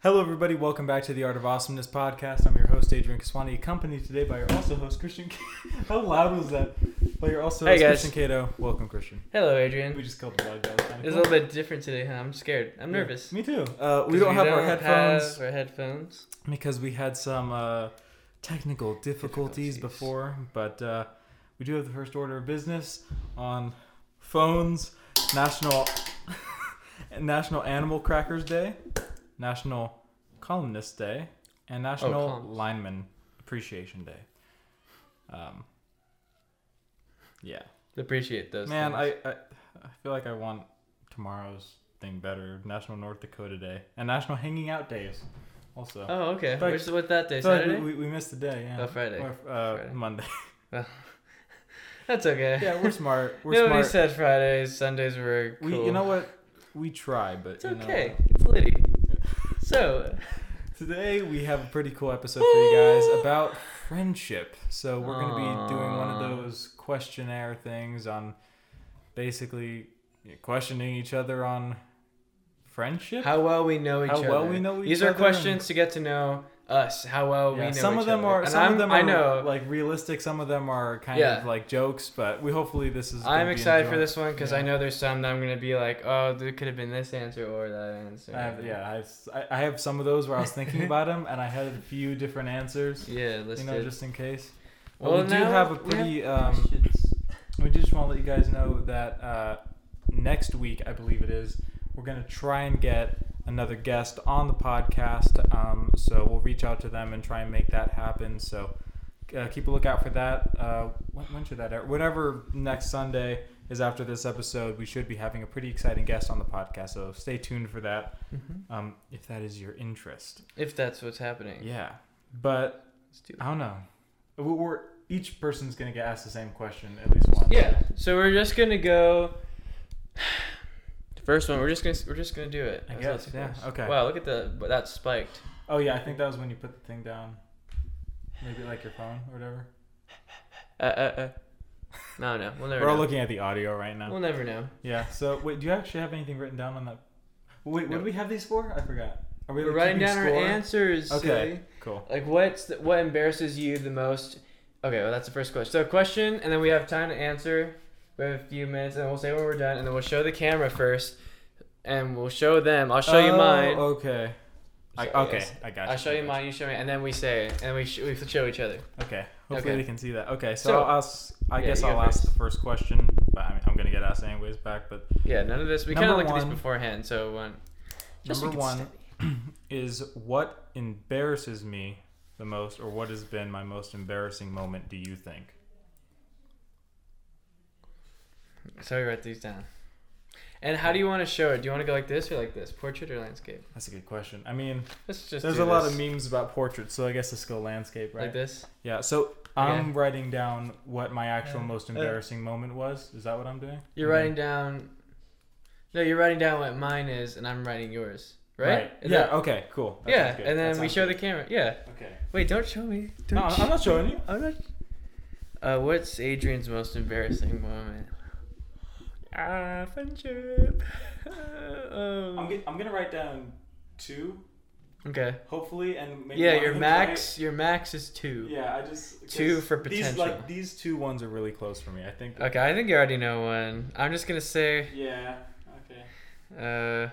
Hello, everybody. Welcome back to the Art of Awesomeness podcast. I'm your host, Adrian Kaswani, accompanied today by your also host, Christian. K- How loud was that? By your also Hey, host, guys. Christian Cato. Welcome, Christian. Hello, We Adrian. just killed the bug. That was kind of It's a little bit different today, huh? I'm scared. I'm nervous. Me too. Uh, we 'Cause don't have our have headphones our headphones. because we had some uh, technical difficulties, Difficulties. before, but uh, we do have the first order of business on phones. National National Animal Crackers Day, National Columnist Day, and Oh, National columns. Lineman Appreciation Day. Um, yeah, Appreciate those. man, things. I, I I feel like I want tomorrow's thing better. National North Dakota Day and National Hanging Out Days, also. Oh, okay. But- Where's what that day? I feel like we- Saturday. We, we missed a day. Yeah. Oh, Friday. Or, uh, Friday. Monday. That's okay. yeah, we're smart. We're Nobody smart. said Fridays. Sundays were cool. we, you know what? We try, but It's you know, okay. It's litty. so, today we have a pretty cool episode for you guys about friendship. So we're gonna be doing one of Aw. those questionnaire things on basically questioning each other on friendship. how well we know each How other. well we know each These are other questions to get to know us. How well we Yeah, know some each of them other. are And some I'm, of them are I know. like realistic, some of them are kind Yeah. of like jokes, but we hopefully this is gonna I'm be excited for enjoyable. this one because Yeah. I know there's some that I'm gonna be like, oh, there could have been this answer or that answer. I have, yeah, I have, s- I- I have some of those where I was thinking about them, and I had a few different answers, Yeah, listed. you know, just in case. But well, we do now have a we have pretty. um, questions. we just want to let you guys know that uh, next week, I believe it is, we're gonna try and get another guest on the podcast. Um, so we'll reach out to them and try and make that happen. So uh, keep a lookout for that. Uh, when, when should that air? Whatever next Sunday is after this episode, we should be having a pretty exciting guest on the podcast. So stay tuned for that um, if that is your interest. If that's what's happening. Yeah, but Let's do I it. don't know. We- We're each person's gonna get asked the same question at least once. Yeah. So we're just gonna go. The first one, we're just gonna we're just gonna do it. I That's guess, not too yeah, close. okay. Wow, look at the but that's spiked. Oh yeah, I think that was when you put the thing down. Maybe like your phone or whatever. Uh, uh, uh. No, no, we'll never. We're all know. looking at the audio right now. We'll never know. Yeah. So wait, do you actually have anything written down on that? Wait, what No. do we have these for? I forgot. Are we We're like, writing keeping down our score? answers. Okay. silly. Cool. Like what's the, what embarrasses you the most? Okay, well that's the first question. So question, and then we have time to answer. We have a few minutes, and we'll say when we're done, and then we'll show the camera first, and we'll show them. I'll show you Oh, mine. Okay. I, So, okay, yes. I got you. I'll show I you got mine. You show me, and then we say, it, and we sh- we show each other. Okay. Hopefully Okay. they can see that. Okay, so, So- I'll ask. I Yeah, guess you go I'll ask first. the first question, but I'm, I'm gonna get asked anyways back. But Yeah, none of this. We kind of Number looked at one. these beforehand, so um, just so number we can one study. is what embarrasses me the most, or what has been my most embarrassing moment? Do you think? So we write these down. And how do you want to show it? Do you want to go like this or like this? Portrait or landscape? That's a good question. I mean, Let's just. there's a do lot this. of memes about portraits, so I guess it's still landscape, right? Like this. Yeah. So I'm writing down what my actual most Uh, embarrassing moment was. Is that what I'm doing? You're Mhm. writing down. No, you're writing down what mine is, and I'm writing yours. Right? Is Yeah. that- okay. Cool. That yeah. sounds good. And then That we sounds show the camera. Yeah. good. Okay. Wait, don't show me. Don't No, I'm not showing you. I'm not. Uh, what's Adrian's most embarrassing moment? Ah, friendship. um, I'm, get, I'm gonna write down two, okay. hopefully, and maybe Yeah, one your of them's max. Your max is two. right. Yeah, I just 'cause Two for These potential. like these two ones are really close for me. I think. Okay, I think you already know one. I'm just gonna say, Yeah. Okay. uh,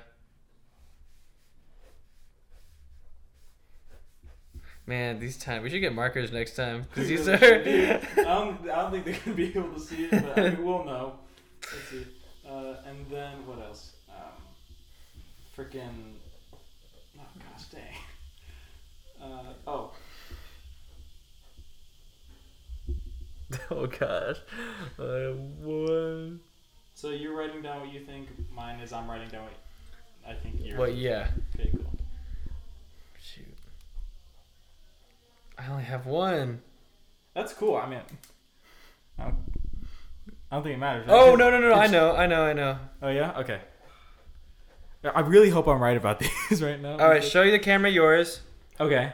man, these time we should get markers next time because these Really are. should be. I, don't, Um, I don't think they're gonna be able to see it, but I mean, we'll know. Let's see. Uh, and then what else? Um, freaking. Oh gosh, dang. Uh, oh, oh gosh, uh, one. so you're writing down what you think mine is. I'm writing down what I think yours. Well, yeah. Okay, cool. Shoot, I only have one. That's cool. I mean, I don't, I don't think it matters. right? Oh Cause- no no no! I it's- know I know I know. Oh yeah. Okay. Yeah, I really hope I'm right about these right now. All right, show you the camera yours. okay.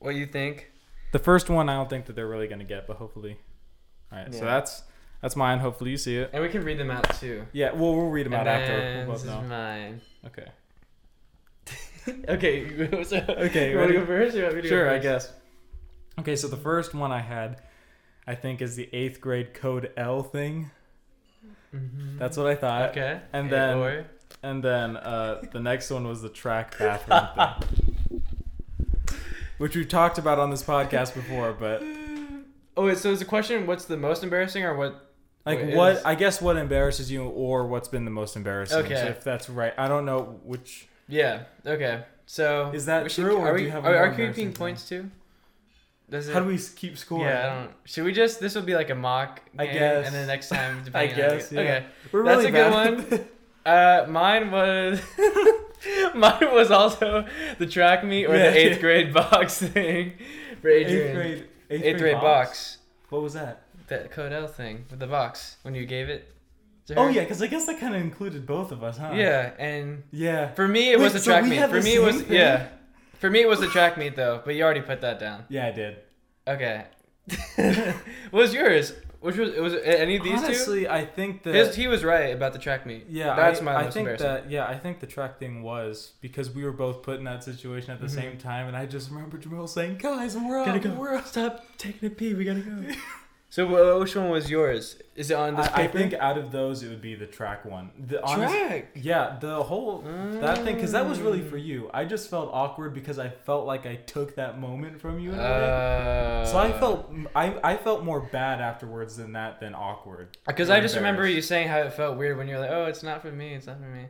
What you think? The first one I don't think that they're really gonna get, but hopefully. All right, so Yeah. that's that's mine. Hopefully you see it. And we can read them out too. Yeah, well we'll read them out and after. then We'll this is both know. mine. Okay. okay. so, Okay, You want ready? to go first or you want me to go Sure, I first? guess. Okay, so the first one I had, I think, is the eighth grade code L thing. Mhm. That's what I thought. okay. and Hey, then- boy. And then uh, the next one was the track bathroom thing, which we've talked about on this podcast before. But Oh, wait, so is the question what's the most embarrassing or what? like, Wait, it what is- I guess what embarrasses you, or what's been the most embarrassing? Okay. if that's right, I don't know which. Yeah. Okay. So Is that we should- true, or are do we, you have a are, more are we embarrassing keeping thing? points too? Does it? How do we s- keep score? Yeah, I don't. Should we just? This will be like a mock. I game, guess. And then next time, depending I on- guess, yeah. Okay. We're That's really a good bad one. at this. Uh, mine was mine was also the track meet or Yeah, the eighth yeah. grade box thing for Eighth Adrian. grade, Eighth grade box. What was that? That Codell thing with the box when you gave it. To her. Oh yeah, because I guess that kind of included both of us, huh? Yeah, and Yeah. for me it Wait, was the so track we meet. had For the me it was same thing? yeah. For me it was the track meet though, but you already put that down. Yeah, I did. Okay. what was yours? Which was was it any of these Honestly, I think two? that His, he was right about the track meet. yeah, that's I, my I most think embarrassing. that yeah, I think the track thing was because we were both put in that situation at the Mhm. same time, and I just remember Jamil saying, "Guys, we're Gotta up, go. we're up." Stop taking a pee. We gotta go. so uh, which one was yours? Is it on this I, I paper? think out of those, it would be the track one. The honest, track. yeah, the whole that thing because that was really Mm. for you. I just felt awkward because I felt like I took that moment from you. in a way. Uh, so I felt I, I felt more bad afterwards than that than awkward. because uh, I just remember you saying how it felt weird when you're like, "Oh, it's not for me. It's not for me."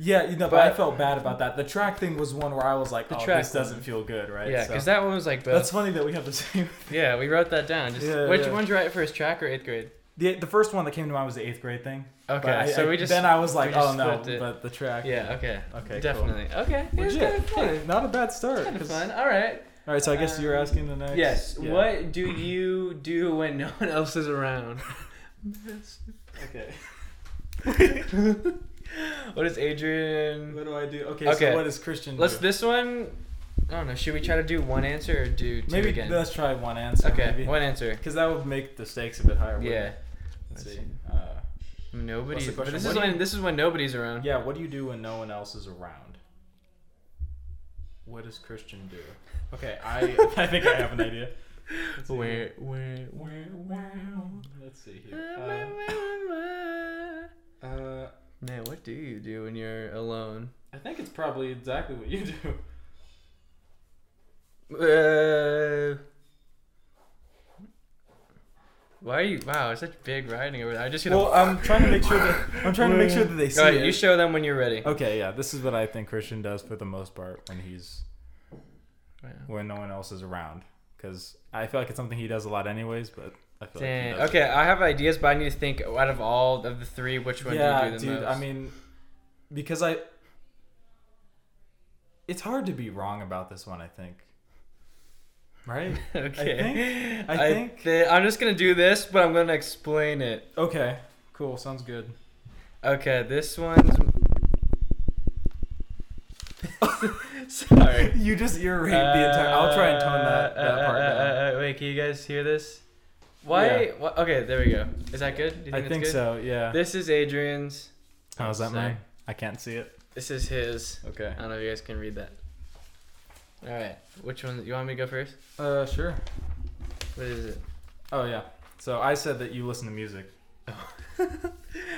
Yeah, you know, but, I But- felt bad about that. The track thing was one where I was like, The "Oh, track this doesn't one. feel good," right? yeah, So- because that one was like both. that's funny that we have the same. yeah, we wrote that down. Just Yeah, which yeah. one's right first, track or eighth grade? The, the first one that came to mind was the eighth grade thing. Okay, But I- so I- we just then I was like, we "Oh just no!" flipped it. But the track. yeah, okay, Okay, cool. definitely, okay. It was Legit. kind of fun. Hey, not a bad start. Kind of 'cause- fun. All right. All right, so I guess you're Um, asking the next. Yes. Yeah. What do you do when no one else is around? Okay. what is Adrian? What do I do? Okay. Okay. So what does Christian Let's do? this one. I don't know. Should we try to do one answer or do two maybe again? let's try one answer. okay, Maybe. one answer. Because that would make the stakes a bit higher. wouldn't Yeah. it? Let's Let's see. see. Uh, Nobody. the but question? This What is do you- when this is when nobody's around. yeah. What do you do when no one else is around? What does Christian do? Okay. I I think I have an idea. Let's see. Where where where Let's see here. where? Uh, uh, Man, what do you do when you're alone? I think it's probably exactly what you do. Uh, why are you? Wow, it's such big writing over there. I just gonna. Well, I'm trying to make sure that I'm trying to make sure that they see Go ahead, it. you show them when you're ready. okay, yeah, this is what I think Christian does for the most part when he's Oh, Wow. when no one else is around. Because I feel like it's something he does a lot, anyways. But I feel Dang. like he does okay, I have ideas, but I need to think out of all of the three, which It. one Yeah, do you do the dude. most? I mean, because I, it's hard to be wrong about this one. I think. Right. okay. I think- thi- I'm just gonna do this, but I'm gonna explain it. Okay. Cool. Sounds good. Okay, this one's. Sorry. you just irate the entire. I'll try and tone that, Uh, that part uh, down. uh, uh, wait, can you guys hear this? Why? Yeah. why- okay, there we go. Is that good? Do you I think it's think good? so. Yeah. This is Adrian's. How's that Sorry. mine? I can't see it. This is his. Okay. I don't know if you guys can read that. All right, which one? You want me to go first? Uh, sure. What is it? Oh yeah. So I said that you listen to music.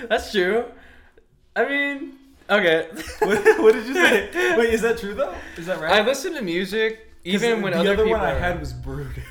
That's true. I mean, okay. what, what did you say? Wait, is that true though? Is that I right? listen to music 'Cause even when the other, other people one I are had around. was brood.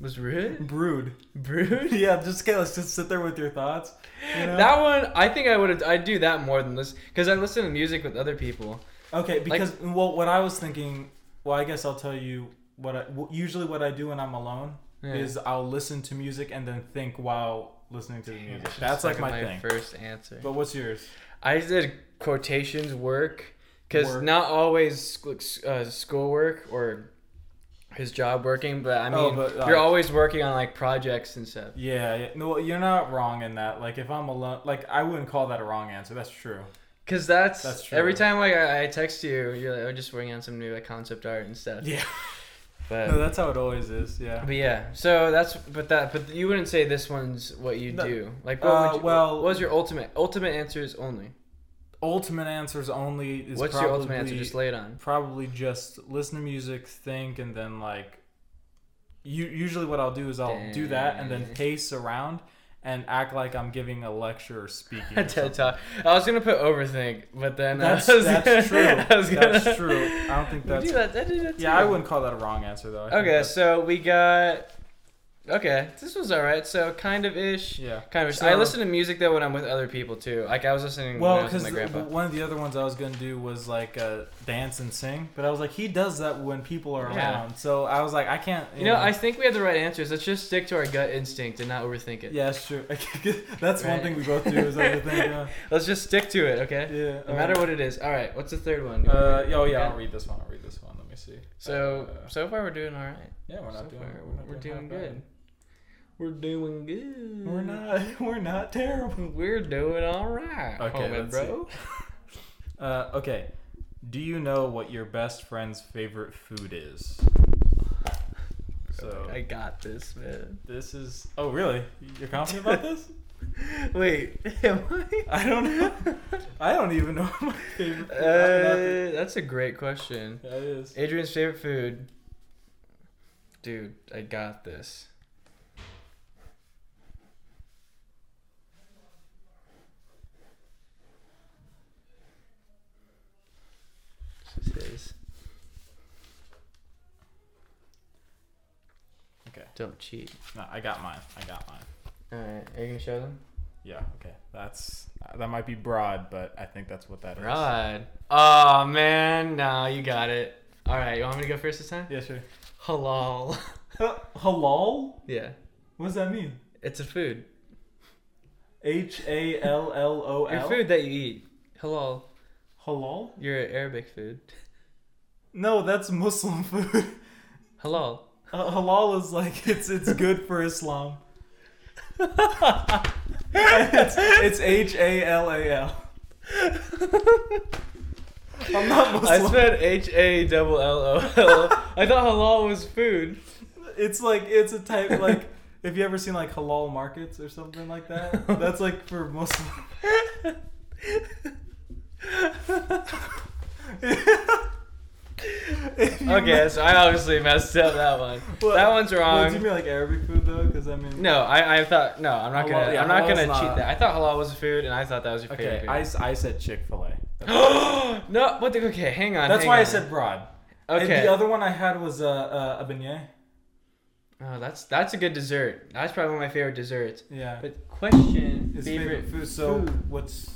was rude. brood. Rude. Yeah, just kind of just sit there with your thoughts. You know? That one, I think I would have. I do that more than listen because I listen to music with other people. okay, because well, what I was thinking. Well, I guess I'll tell you what I w- usually what I do when I'm alone Yeah. is I'll listen to music and then think while listening to the music. Just That's like second my, thing. First answer. But what's yours? I did quotations work because Work. not always sc- s- uh, school work or his job working, but I mean Oh, but, uh, you're always working on like projects and stuff. Yeah, yeah. No, you're not wrong in that. Like if I'm alone, like I wouldn't call that a wrong answer. That's true. Cause that's, That's true. every time like I, I text you, you're like, I'm just working on some new like concept art and stuff. Yeah. But No, that's how it always is. Yeah. but yeah, so that's but that but you wouldn't say this one's what you No. do. Like what Uh, would you, well- what was your ultimate ultimate answers only? ultimate answers only is What's probably your ultimate answer? Just lay it on. probably just listen to music, think, and then like. You, usually, what I'll do is I'll do that and then Dang. pace around and act like I'm giving a lecture or speaking. or TED something. Talk. I was gonna put overthink, but then I That's, was that's true. gonna- I was gonna- That's true. I don't think You that's. do that. I do that Yeah, I too. wouldn't call that a wrong answer though. I think Okay, that's- so we got. Okay, this was all right. So kind of ish. yeah. Kind of. ish. So- I listen to music though when I'm with other people too. Like I was listening when Well, I was with because my grandpa. one of the other ones I was gonna do was like uh, dance and sing, but I was like, he does that when people are Yeah. around, so I was like, I can't. you know, I think we have the right answers. Let's just stick to our gut instinct and not overthink it. Yeah, that's true. that's one Right. thing we both do is overthink. Let's just stick to it, Yeah. okay? yeah um, No matter what it is. All right. What's the third one? Uh, yeah, oh yeah, I'll Okay. read this one. I'll read this one. Let me see. So Uh, so far we're doing all right. yeah, we're not so doing. far, we're not we're doing half bad. good. We're doing good. We're not. We're not terrible. We're doing all right. Okay, homie, let's bro. Uh, okay. Do you know what your best friend's favorite food is? So I got this, man. this is. Oh, really? You're confident about this? Wait, am I? I don't know. I don't even know what my favorite food. is. Uh, that's a great question. yeah, it is. Adrian's favorite food. Dude, I got this. This is- Okay. Don't cheat. No, I got mine. I got mine. Alright, are you gonna show them? Yeah. Okay. That's that might be broad, but I think that's what that is. Rod. Oh man, nah, you got it. Alright, you want me to go first this time? Yeah, sure. Halal. halal? yeah. What does that mean? It's a food. H a l l o Your l. food that you eat. Halal. Halal? Your Arabic food. No, that's Muslim food. Halal. Uh, halal is like it's it's good for Islam. it's it's H A L A L. I'm not I Muslim. spelled H A double L O L. I thought halal was food. It's like it's a type like have you ever seen like halal markets or something like that? That's like for Muslim. If you Okay, so I obviously messed up that one. Well, that one's Well, do you wrong. mean like Arabic food though? Because I mean, No, I, I thought no, I'm not Halal- gonna yeah, I'm not halal's gonna not- cheat that. I thought halal was a food, and I thought that was your favorite. Okay, food. I, s- I said Chick Fil A. no, what the? Okay, hang on. That's hang why I on. said broad. And Okay. the other one I had was uh, uh, a beignet. oh, that's that's a good dessert. That's probably one of my favorite desserts. Yeah. But question His favorite. favorite, food. So food. what's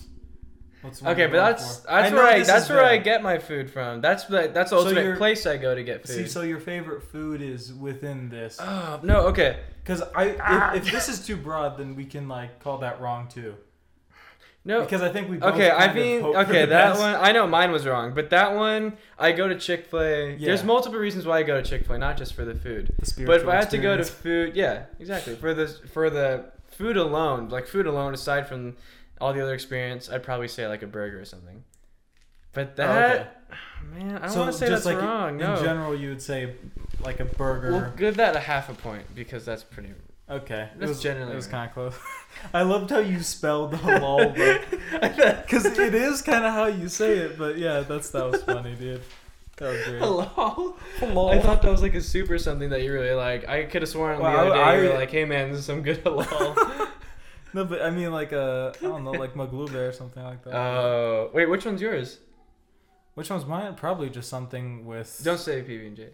what's one Okay, you're but going that's for? that's know where I this that's is where I bad. get my food from. That's the that's the So ultimate you're- place I go to get See, food. so your favorite food is within this. oh, no, okay. Because I, ah. if, if this is too broad, then we can like call that wrong too. No. Because I think we. Both Oh, Okay, kind I of mean, hope for okay, the that best. one, I know mine was wrong, but that one, I go to Chick fil A. There's Yeah. multiple reasons why I go to Chick fil A, not just for the food. The But if spiritual I had to go to experience. food, yeah, exactly. For the, for the food alone, like food alone, aside from all the other experience, I'd probably say like a burger or something. But that, man, I don't Oh, so want to say just that's like wrong. In No. general, you would say like a We'll burger. give that a half a point because that's pretty. okay, it that's was generally It was right. kind of close. I loved how you spelled the halal because it is kind of how you say it. But yeah, that's that was funny, dude. That was great. Hello. Hello. I thought that was like a soup or something that you really like. I could have sworn Well, the other day I- you I- were like, "Hey man, this is some good halal." No, but I mean like uh, I don't know, like maglube or something like that. Oh, wait, which one's yours? Which one's mine? Probably just something with. Don't say PB and J.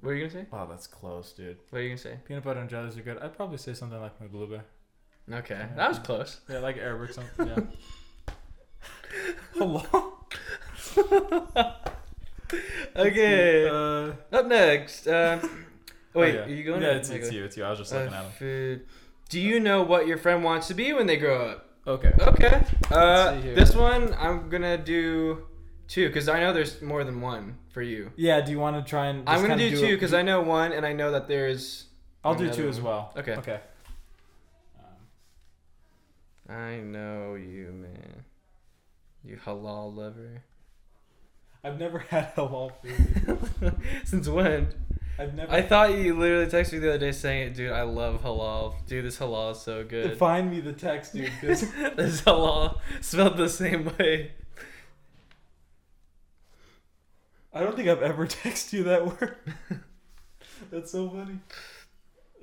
What are you gonna say? Wow, that's close, dude. What are you gonna say? Peanut butter and jellies are good. I'd probably say something like maglube. Okay, that was close. Yeah, like Arabic something. Yeah. Hello. Okay. Uh, Up next. Um, wait, oh, yeah. are you going? Yeah, or- it's, it's you. It's you. I was just Uh, looking at him. food. Do you know what your friend wants to be when they grow up? Okay. Okay. Uh, Let's see here. this one I'm gonna do two because I know there's more than one for you. Yeah. Do you want to try and? I'm just gonna kinda do two a- because I know one and I know that there's. I'll do another two as one. well. Okay. Okay. Um, I know you, man. You halal lover. I've never had halal food. Since when? I've never. I thought you literally texted me the other day saying, "Dude, I love halal. Dude, this halal is so good." Find me the text, dude. 'cause this halal spelled the same way. I don't think I've ever texted you that word. That's so funny.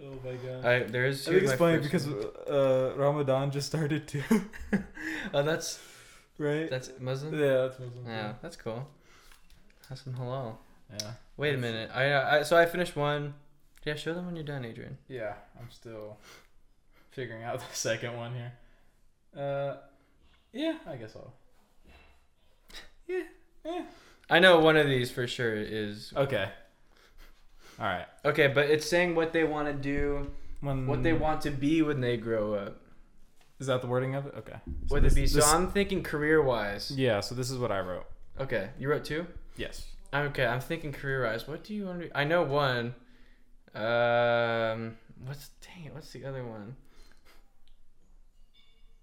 Oh my god. I, there is. I think it's funny because uh, Ramadan just started too, oh, that's right? that's Muslim. yeah, that's Muslim. Yeah, that's cool. Have some halal. Yeah. Wait a That's- minute. I, uh, I so I finished one. Yeah, show them when you're done, Adrian. Yeah, I'm still figuring out the second one here. Uh, yeah, I guess I'll. I know one of these for sure is Okay. All right. okay, but it's saying what they want to do, When what they want to be when they grow up. Is that the wording of it? Okay. So Would it this- be so? this- I'm thinking career-wise. Yeah. So this is what I wrote. Okay, you wrote two. Yes. Okay, I'm thinking career-wise. What do you want to? I know one. Um, what's dang it? What's the other one?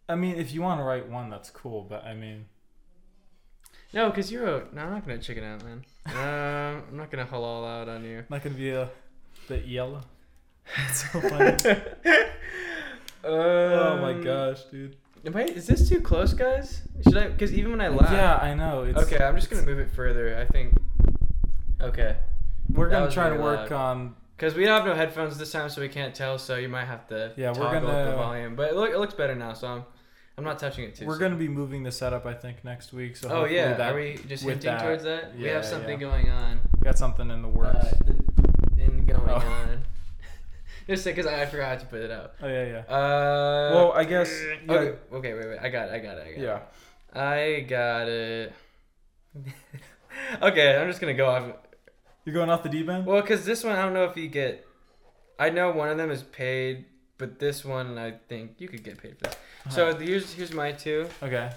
I mean, if you want to write one, that's cool. But I mean, No, because you wrote. No, I'm not gonna chicken out, man. um, I'm not gonna halal out on you. not gonna be a the E yellow. That's so funny. oh my Um, gosh, dude. Am I, is this too close, guys? Should I? Because even when I laugh. Yeah, I know. It's, Okay, I'm just gonna move it further. I think. Okay. We're That gonna was try to really work loud. on. Because we don't have no headphones this time, so we can't tell. So you might have to Yeah, we're toggle up gonna- the volume. But it, look, it looks better now, so I'm, I'm not touching it too. We're soon. gonna be moving the setup, I think, next week. So oh hopefully yeah, that, are we just with hinting that- towards that? we yeah, have something yeah. going on. got something in the works. Uh, in going Oh. on. just because I, I forgot how to put it out. oh yeah, yeah. Uh, Well, I guess- yeah. Okay, okay, wait, wait. I got it. I got it. I got it. Yeah. I got it. okay, I'm just gonna go off. You're going off the deep end. Well, because this one, I don't know if you get. I know one of them is paid, but this one, I think you could get paid for this. Uh-huh. So the- here's here's my two. okay.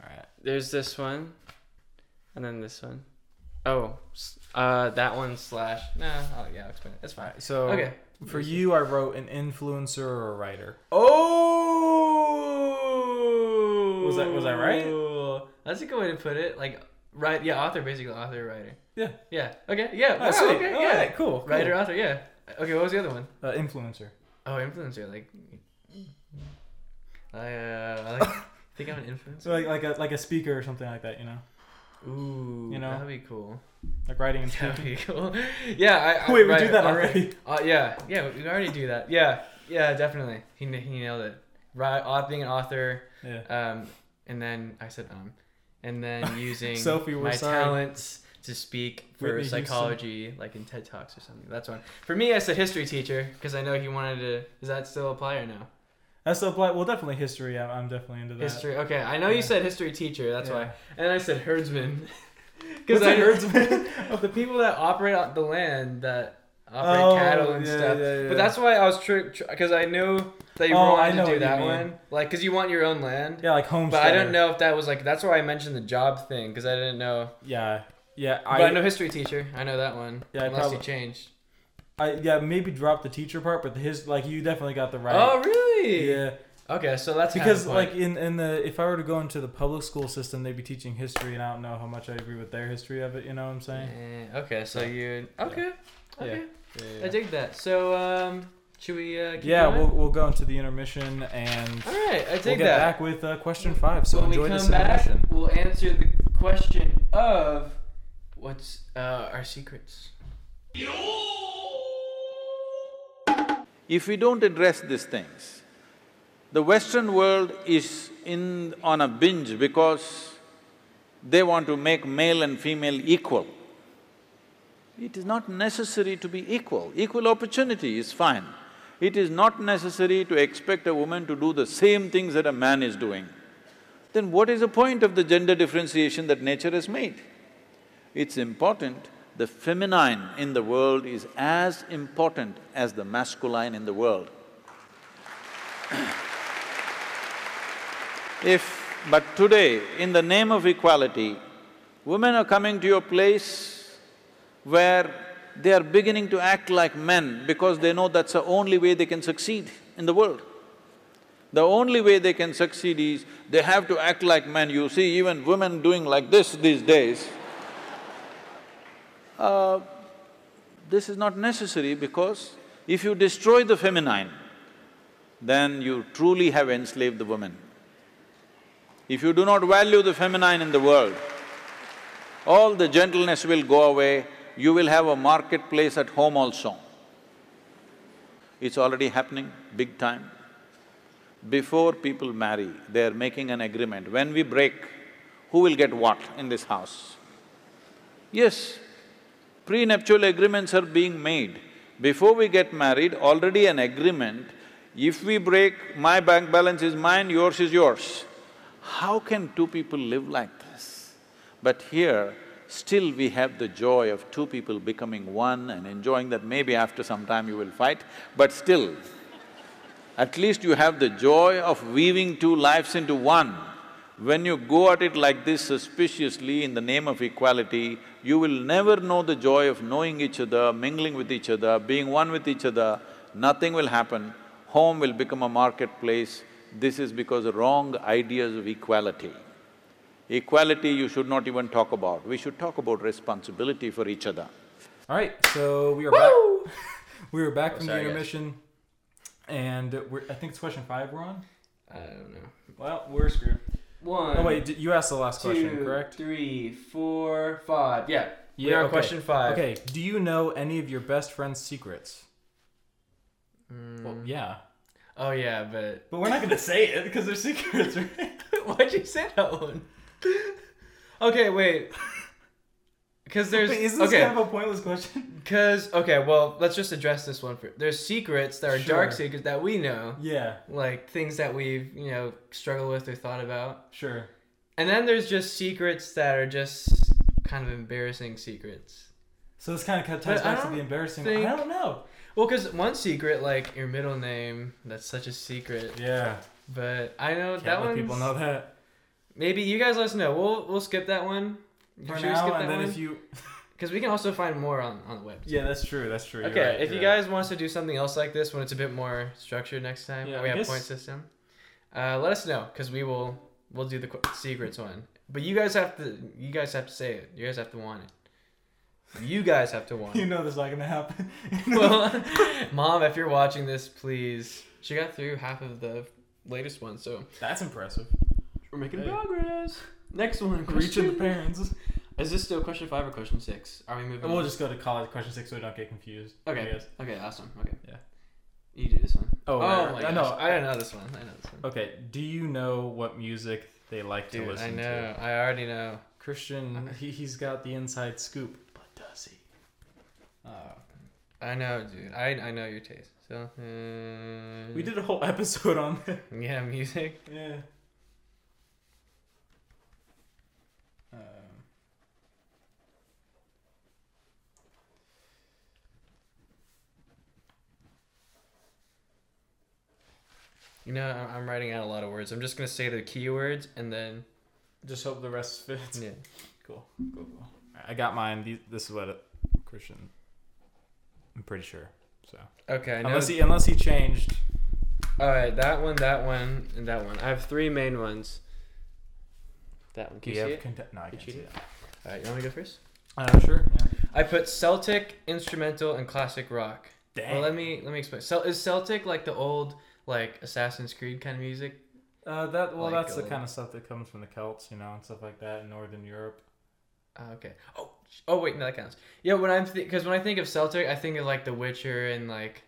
All right. There's this one, and then this one. Oh, s- uh, that one slash. Nah, oh yeah, I'll explain it. It's All fine. right. So okay. for you, I wrote an influencer or a writer. Oh. Was I- was I right? That's a good way to put it. Like, right? Yeah, author, basically author, writer. Yeah. Yeah. Okay. Yeah. Oh, wow, sweet. Okay. All yeah. right, cool, cool. Writer, author. Yeah. Okay. What was the other one? Uh, influencer. Oh, influencer. Like, I, uh, I like, think I'm an influencer. So like uh, like a like a speaker or something like that. You know, Ooh. You know? That'd be cool. like writing and That'd speaking. be cool. Yeah. I, I, Wait, we right, do that author. already. Uh, yeah, yeah, we already do that. Yeah, yeah, definitely. He, kn- he nailed it. Right, au- being an author, Yeah. um, and then I said um, and then using Sophie, we're my sorry. talents to speak for Whitney Houston. psychology, like in TED Talks or something. That's one. For me, I said history teacher because I know he wanted to. Does that still apply or no? That's the apply. Well, definitely history. I'm, I'm definitely into that. History. Okay, I know Yeah. you said history teacher. That's why. Yeah. And I said herdsman. What's a I- herdsman? the people that operate on the land that operate Oh, cattle and yeah, stuff. yeah, yeah. But that's why I was tricked because I knew that you Oh, I wanted know to what do you that mean. one, like because you want your own land. Yeah, like homestead. But I didn't know if that was like that's why I mentioned the job thing because I didn't know. Yeah, yeah. I, But I, know history teacher. I know that one. Yeah, I unless probab- you changed. I yeah maybe drop the teacher part, but his like you definitely got the right. Oh really? Yeah, Okay, so that's kind of because the like point. in in the if I were to go into the public school system, they'd be teaching history, and I don't know how much I agree with their history of it. You know what I'm saying? Eh, okay, so you okay. Yeah. Okay. Yeah, I dig that. So, um, should we? Uh, keep going? we'll we'll go into the intermission and All right, I dig we'll get that. back with uh, question five. So when enjoy we come this back, intermission. we'll answer the question of what's uh, our secrets. if we don't address these things, the Western world is in… on a binge because they want to make male and female equal. It is not necessary to be equal. Equal opportunity is fine. It is not necessary to expect a woman to do the same things that a man is doing. Then what is the point of the gender differentiation that nature has made? It's important, the feminine in the world is as important as the masculine in the world. If… but today, in the name of equality, women are coming to your place where they are beginning to act like men because they know that's the only way they can succeed in the world. The only way they can succeed is they have to act like men. You see, even women doing like this these days. Uh, this is not necessary because if you destroy the feminine, then you truly have enslaved the woman. If you do not value the feminine in the world, all the gentleness will go away, you will have a marketplace at home also. It's already happening big time. Before people marry, they are making an agreement, when we break, who will get what in this house? Yes, prenuptial agreements are being made. Before we get married, already an agreement, if we break, my bank balance is mine, yours is yours. How can two people live like this? But here, still we have the joy of two people becoming one and enjoying that maybe after some time you will fight, but still, at least you have the joy of weaving two lives into one. When you go at it like this suspiciously in the name of equality, you will never know the joy of knowing each other, mingling with each other, being one with each other, nothing will happen. Home will become a marketplace. This is because of wrong ideas of equality. Equality you should not even talk about. We should talk about responsibility for each other. All right, so we are back. we were back from Oh, sorry, guys. the intermission, and we're, I think it's question five we're on. I don't know. Well, we're screwed. One. Oh wait, d- you asked the last question, two, correct? three, four, five. Yeah. we Yeah, are on okay. question five. Okay. Do you know any of your best friend's secrets? Mm. Well, yeah, Oh yeah, but but we're not gonna say it because they're secrets, right? why'd you say that one? okay, wait. Because there's Wait, is this okay. kind of a pointless question? Because okay, well, let's just address this one first. There's secrets that are Sure. dark secrets that we know, yeah, like things that we've you know struggled with or thought about, sure. and then there's just secrets that are just kind of embarrassing secrets. So this kind of ties But I back to the don't embarrassing. think- I don't know. Well, because one secret, like your middle name, that's such a secret. Yeah, But I know can't that let one. people know that Maybe you guys let us know. We'll we'll skip that one. for Should we now, skip that and then one? if you. Because we can also find more on on the web. Yeah, that's true. That's true. you're Okay, right, if you're you right. guys want us to do something else like this when it's a bit more structured next time, Yeah, we I have guess- point system. Uh, let us know because we will we'll do the qu- secrets one. But you guys have to you guys have to say it. You guys have to want it. You guys have to want You it. know this is not gonna happen. well, mom, if you're watching this, please. She got through half of the latest one, so That's impressive. we're making Hey. progress. Next one, Reaching question- the parents. Is this still question five or question six? Are we moving? We'll on? just go to college question six so we don't get confused. Okay. I guess. Okay, awesome. Okay. Yeah. You do this one. Oh, right, right. my I gosh. know. I don't know this one. I know this one. Okay. Do you know what music they like to Dude, listen I know. to? I already know. Christian, he, he's got the inside scoop, but does he? Ah, I know, dude. I I know your taste. So. Uh, We did a whole episode on that. Yeah, music. Yeah. Um, You know, I- I'm writing out a lot of words. I'm just gonna say the keywords and then. just hope the rest fits. Yeah. Cool. Cool. cool. I got mine. These, this is what it, Christian. I'm pretty sure. So Okay. I know. unless he unless he changed. All right, that one, that one, and that one. I have three main ones. That one. Can we you have see it? conte- no, I Can can't you see it. All right, you want me to go first? Uh, sure. Yeah. I put Celtic instrumental and classic rock. Dang. Well, let me let me explain. Cel- is Celtic like the old like Assassin's Creed kind of music? Uh, that well, Like, that's the uh, kind of stuff that comes from the Celts, you know, and stuff like that in Northern Europe. Uh, okay. Oh, sh- oh wait, no, that counts. Yeah, when I'm because when I think of Celtic, I think of like The Witcher and like,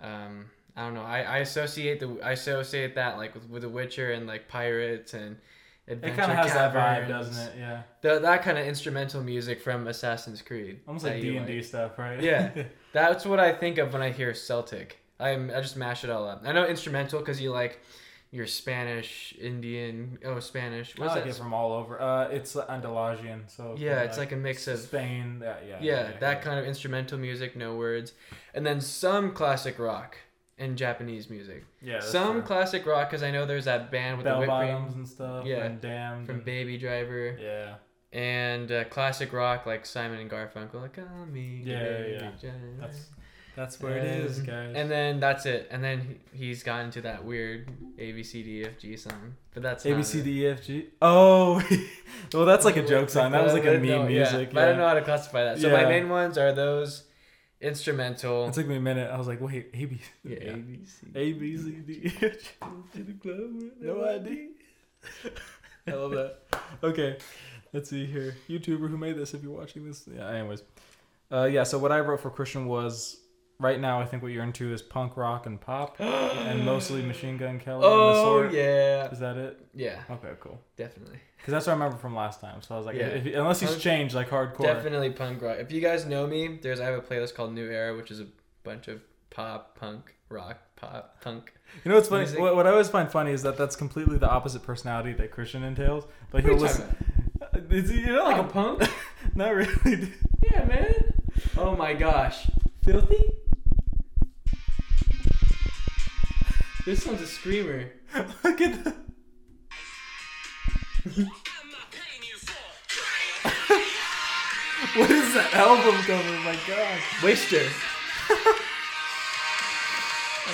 um, I don't know. I, I associate the I associate that like with, with The Witcher and like pirates and It adventure kind of has that vibe, caverns. doesn't it? Yeah, Tha- that kind of instrumental music from Assassin's Creed. almost that like you D and D stuff, right? Yeah, that's what I think of when I hear Celtic. I I just mash it all up. I know instrumental because you like your Spanish, Indian, oh Spanish. I What's like that? it from all over. Uh, it's Andalusian, so yeah, from, it's like a mix of Spain. That, yeah, yeah, that kind of instrumental music, no words, and then some classic rock and Japanese music. Yeah, that's some true. classic rock because I know there's that band with the bell whipped cream bottoms and stuff. Yeah. and damned. from and- Baby Driver. yeah, And uh, classic rock like Simon and Garfunkel, like "Call me Yeah, yeah, Baby yeah. Driver." that's that's where it is, Um, guys. And then that's it. And then he- he's gotten into that weird A B C D E F G song. But that's A not B it. C D E F G. Oh, well, that's like a joke song. That was like I a don't know, meme yeah. music. But I don't yeah. know how to classify that. So my Yeah. main ones are those instrumental. It took me a minute. I was like, wait, A B. E Yeah, yeah. A B C. A B C D E F G. To the club with No no ID. I love that. Okay. Let's see here. YouTuber who made this, if you're watching this. Yeah, anyways. Uh, yeah, so what I wrote for Christian was right now, I think what you're into is punk rock and pop, and mostly Machine Gun Kelly. and the Oh sort. yeah, Is that it? yeah, Okay, cool. definitely, Because that's what I remember from last time. So I was like, Yeah. if, unless he's Punk- changed like hardcore. definitely punk rock. If you guys know me, there's I have a playlist called New Era, which is a bunch of pop, punk, rock, pop, punk. You know what's funny? Music. What, what I always find funny is that that's completely the opposite personality that Christian entails. Like What are he'll you talking listen. Is he- You're not like a punk? punk. Not really. dude. yeah, man. Oh my gosh, filthy. This one's a screamer. Look at that. What is that album cover? My God. Waster. Oh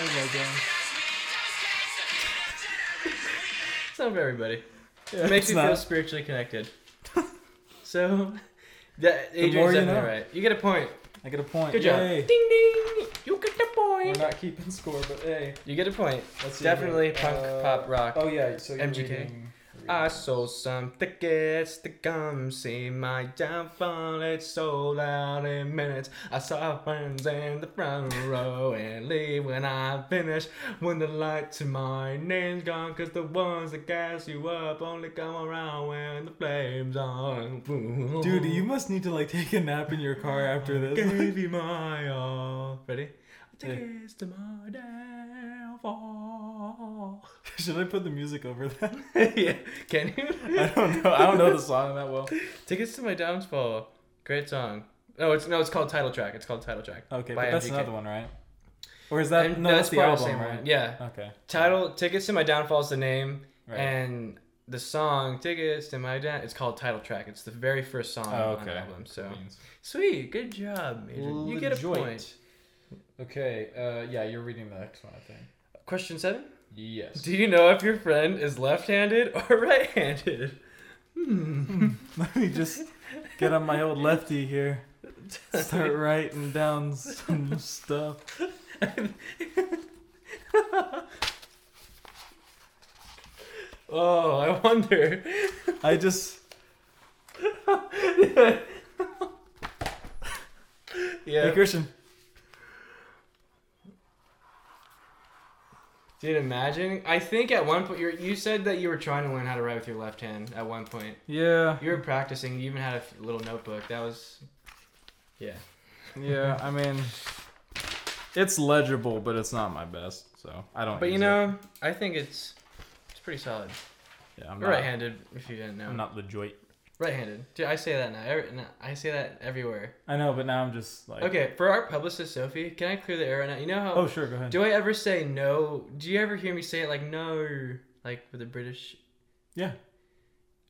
my God. It's not for everybody. Yeah, It makes it's you not- feel spiritually connected. so, that more Adrian's you definitely know. right. You get a point. I get a point. Good job. Yay. Ding ding. You get the We're point. not keeping score, but hey. You get a point. Let's see Definitely here. punk, pop, rock. Oh yeah. So you're MGK. reading- I sold some tickets to come see my downfall. It sold out in minutes. I saw friends in the front row and leave when I finish. When the light to my name's gone, cause the ones that gas you up only come around when the flames on. Dude, you must need to like take a nap in your car after this. gave you my all. Ready? Yeah. Tickets to my downfall. Should I put the music over that? yeah, can you? I don't know. I don't know the song that well. Tickets to My Downfall. Great song. No, it's no, it's called title track. It's called title track. Okay, by but that's MGK. another one, right? Or is that And no? That's the part of album, same right? one. Yeah. Okay. Title Tickets to My Downfall is the name, Right. and the song Tickets to My Down. It's called title track. It's the very first song Oh, on the okay. album. So Means- sweet, good job, Adrian. You get a Legit. point. Okay. Uh, yeah, you're reading the next one, I think. Question seven. Yes. Do you know if your friend is left-handed or right-handed? Let me just get on my old lefty here. Start writing down some stuff. Oh, I wonder. I just Yeah. hey Christian. Dude, imagine. I think at one point you you said that you were trying to learn how to write with your left hand. At one point, Yeah. you were practicing. You even had a f- little notebook. That was, yeah. Yeah. I mean, it's legible, but it's not my best, so I don't. But you use it. know, I think it's it's pretty solid. yeah, I'm You're right-handed, if you didn't know. I'm not legit. Right-handed. Dude, I say that now. Every, no, I say that everywhere. I know, but now I'm just like. Okay, for our publicist Sophie, can I clear the air right now? You know how? Oh sure, go ahead. do I ever say no? Do you ever hear me say it like no, like with a British yeah.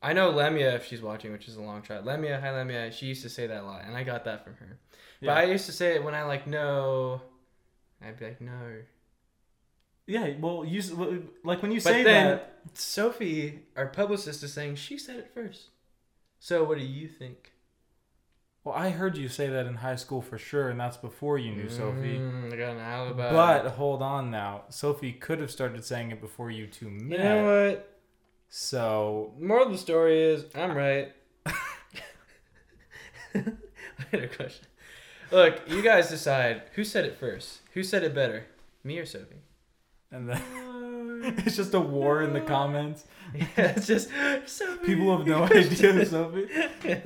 I know Lemia, if she's watching, which is a long shot. Lemia, hi Lemia. She used to say that a lot, and I got that from her. Yeah. But I used to say it when I like no, I'd be like no. Yeah, well, you s- well, like when you But say then that. Sophie, our publicist, is saying she said it first. So what do you think? Well, I heard you say that in high school for sure, and that's before you knew Sophie. Mm, I got an alibi. But hold on now, Sophie could have started saying it before you two you met. know what? So Moral of the story is I'm right. Later question. Look, you guys decide who said it first. Who said it better, me or Sophie? and then it's just a war in the comments. Yeah, it's just so People have no idea who Sophie.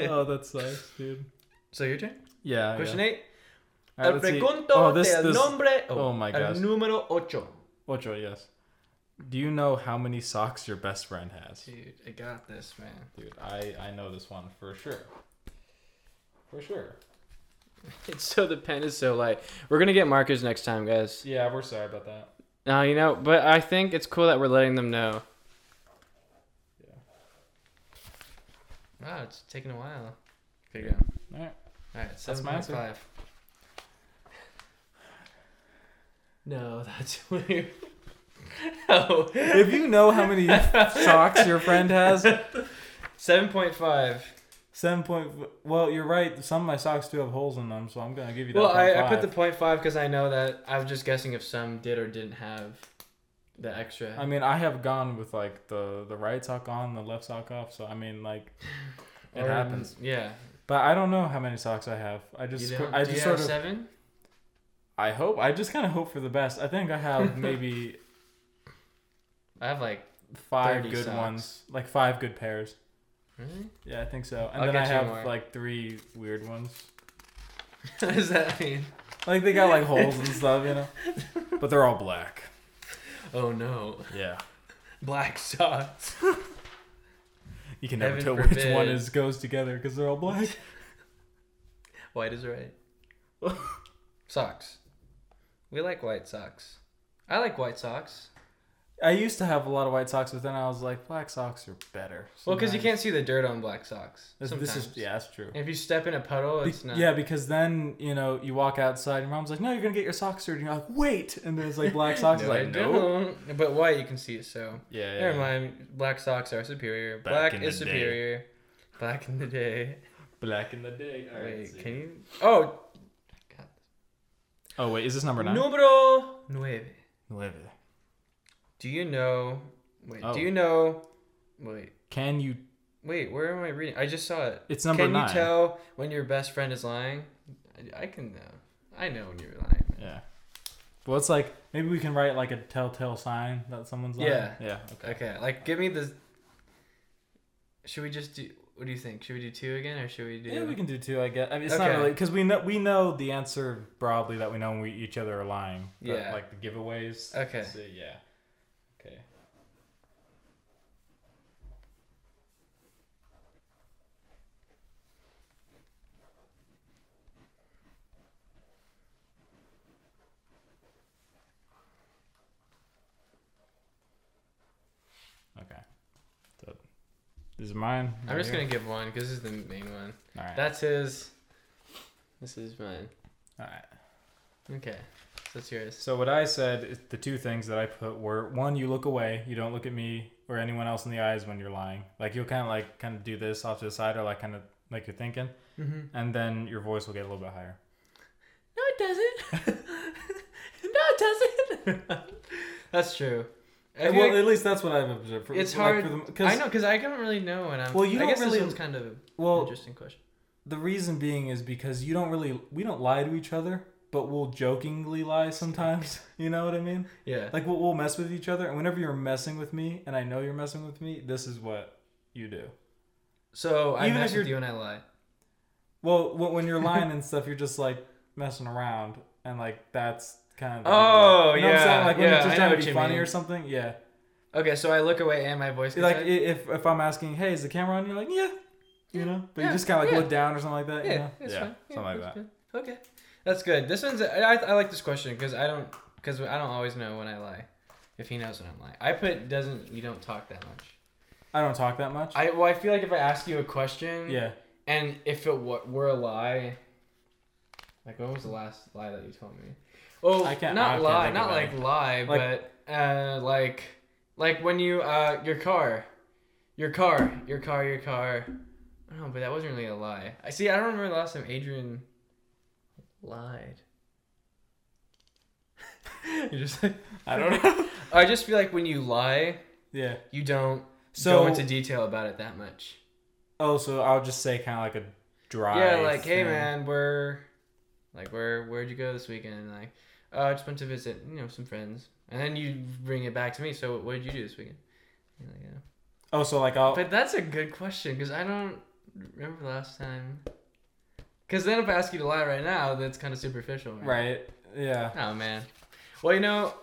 Oh, that sucks, dude. So your turn. Yeah. Question yeah. eight. All right, el let's see. pregunto Oh, this del this. nombre. oh my El gosh. número ocho. Ocho, yes. Do you know how many socks your best friend has? Dude, I got this, man. Dude, I I know this one for sure. For sure. It's so the pen is so light. We're gonna get markers next time, guys. Yeah, we're sorry about that. Now you know, but I think it's cool that we're letting them know. Yeah. Wow, it's taking a while. There you Yeah. go. All right. All right, That's seven my point answer. five. No, that's weird. oh. If you know how many socks your friend has, Seven point five. seven point. Well, you're right. Some of my socks do have holes in them, so I'm gonna give you that. Well, I, I 0.5. put the point five because I know that I was just guessing if some did or didn't have the extra. I mean, I have gone with like the the right sock on, the left sock off. So I mean, like, It happens. Yeah. But I don't know how many socks I have. I just you qu- don't, I do you just have sort of seven? I hope I just kind of hope for the best. I think I have maybe I have like five 30 good socks. ones, like five good pairs. really. Yeah, I think so. And I'll then I get you have more. like three weird ones. what does that mean? Like they got like holes and stuff, you know. But they're all black. Oh no, Yeah. black socks. You can never Heaven tell which forbid. one is goes together because they're all black. White is right. socks. We like white socks. I like white socks. I used to have a lot of white socks, but then I was like, black socks are better. Well, because you Sometimes- can't see the dirt on black socks. This, sometimes. this is yeah, that's true. If you step in a puddle, Be- it's not. Yeah, because then you know you walk outside, your mom's like, "No, you're gonna get your socks dirty." You're like, "Wait," and there's like black socks. No, It's I like, no. don't. But white, you can see it. So Yeah, yeah. never mind. Black socks are superior. Back black in is the day. superior. Back in the day. Black in the day. All right, Wait, see. can you? Oh, Oh wait, is this number nine? numero nueve. Nueve. Do you know? Wait, Oh. do you know? Wait, Can you? wait. Where am I reading? I just saw it. It's number can nine. you tell when your best friend is lying? I, I can know. I know when you're lying. man. Yeah. Well, it's like maybe we can write like a telltale sign that someone's lying. Yeah. Yeah. Okay, like give me the. Should we just do? What do you think? Should we do two again, or should we do? Yeah, we can do two. I guess. I mean, it's not Okay. really because we know we know the answer broadly that we know when we each other are lying. but, Yeah. Like the giveaways. Okay. So, yeah. Okay. Okay. So, this is mine. I'm just gonna give one because this is the main one. All right. That's his. This is mine. All right. Okay, so that's yours. So what I said, is- the two things that I put were one, you look away, you don't look at me or anyone else in the eyes when you're lying. Like you'll kind of like kind of do this off to the side or like kind of like you're thinking, Mm-hmm. and then your voice will get a little bit higher. No, it doesn't. no, it doesn't. That's true. I, well, feel like- at least that's what I've observed. For, it's like, hard. for the- I know because I don't really know when I'm. Well, you I don't guess really- this one's kind of an Well, interesting question. the reason being is because you don't really we don't lie to each other, but we'll jokingly lie sometimes. You know what I mean? Yeah. Like we'll, we'll mess with each other, and whenever you're messing with me, and I know you're messing with me, this is what you do. So I even if mess you're- with you and I lie. Well, wh- when you're lying and stuff, you're just like messing around, and like that's kind of. the Oh, you know what I'm saying? yeah, Like when yeah, you're I just trying know to what be you funny mean. or something. Yeah. Okay, so I look away and my voice. Gets Like i- high? if if I'm asking, hey, is the camera on? You're like, yeah, you know, but yeah, you just kind of like yeah. look down or something like that. yeah, you know? it's fine. Yeah, something like that's that. good. Okay, that's good. This one's. I, I I like this question because I don't because I don't always know when I lie. If he knows when I'm lying, I put doesn't you don't talk that much. I don't talk that much. I well I feel like if I ask you a question, yeah. And if it wa- were a lie, like what was the last lie that you told me? Oh, I can't- I not can't lie, think not of like any. lie, Like- but uh, like like when you uh your car, your car, your car, your car. I don't know, but that wasn't really a lie. I see. I don't remember the last time Adrian lied. You're just like I don't know. I just feel like when you lie, yeah. you don't So- go into detail about it that much. Oh, so I'll just say kind of like a dry. Yeah, like hey thing. man, we're like where where'd you go this weekend? Like, oh, I just went to visit, you know, some friends. And then you bring it back to me. So what did you do this weekend? You're like, yeah. Oh, so like I'll. But that's a good question because I don't remember the last time. Because then if I ask you to lie right now, that's kind of superficial. right. Yeah. Oh man. Well, you know,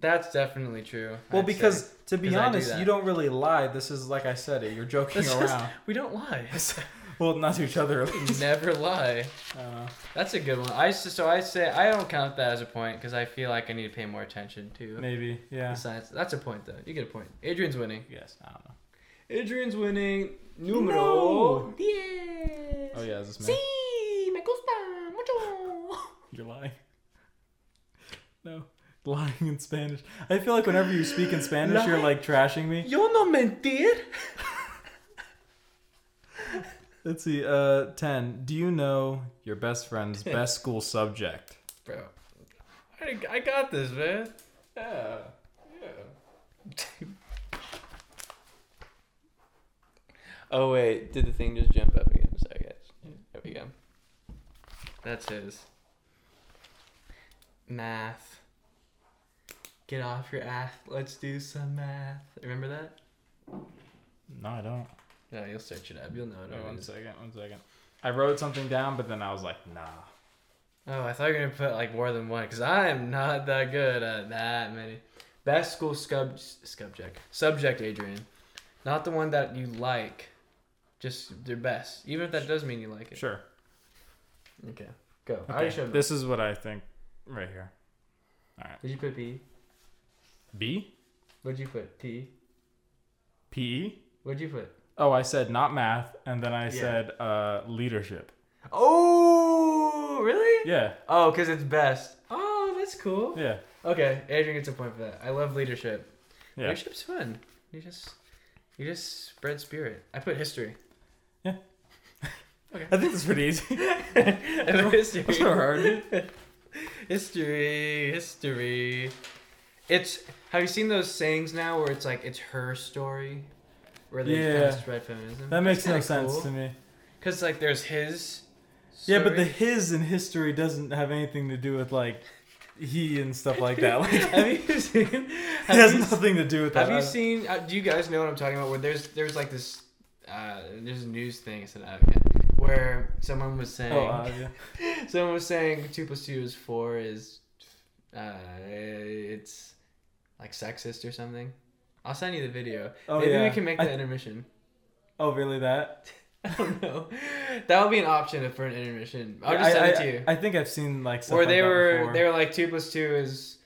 that's definitely true. Well, I'd because say. to be 'Cause I do honest, that. you don't really lie. This is like I said, it. You're joking This is- around. we don't lie. Well, not to each other. uh, at we least. never lie. I don't know. That's a good one. I s- so I say I don't count that as a point because I feel like I need to pay more attention to Maybe. the Yeah. science. That's a point though. You get a point. Adrian's winning. Yes. I don't know. Adrian's winning. Numero Numero diez. Oh yeah, is this me? Sí, me gusta mucho. You're lying. No, lying in Spanish. I feel like whenever you speak in Spanish, you're like trashing me. Yo no mentir. Let's see. Uh, ten. Do you know your best friend's best school subject? Bro, I, I got this, man. Yeah, yeah. Oh wait, did the thing just jump up again? Sorry guys. There we go. That's his. Math. Get off your ass. Let's do some math. Remember that? No, I don't. Yeah, you'll search it up. You'll know Wait, it. one is. second, one second. I wrote something down, but then I was like, nah. Oh, I thought you were gonna put like more than one, cause I am not that good at that many. Best school scub subject subject, Adrian, not the one that you like, just their best. Even if that does mean you like it. Sure. Okay, go. I Okay, already showed. This. This is what I think right here. Did you put P? B? What'd you put? P? PE? What'd you put? Oh, I said not math, and then I Yeah. said uh, leadership. Oh, really? Yeah, Oh, cause it's best. Oh, that's cool. yeah, Okay, Adrian gets a point for that. I love leadership. yeah. Leadership's fun. You just you just spread spirit. I put history. I think that's pretty easy. I put history. That's not hard. History, history. It's have you seen those sayings now where it's like it's her story, where they kind Yeah. of spread feminism. That makes no sense to me. Because like there's his. Yeah, but the story. his in history doesn't have anything to do with like he and stuff like that. Like, it have you seen? Have has you, nothing to do with that. have you seen? Uh, do you guys know what I'm talking about? Where there's there's like this, uh, there's a news thing. I said okay, where someone was saying. Oh, uh, yeah. Someone was saying two plus two is four is, uh, it's like sexist or something. I'll send you the video. Oh, Maybe yeah. we can make I- that intermission. oh, really? That? I don't know. That would be an option for an intermission. I'll just I- send I, it to you. I think I've seen like. Stuff or they like that were before. they were like two plus two is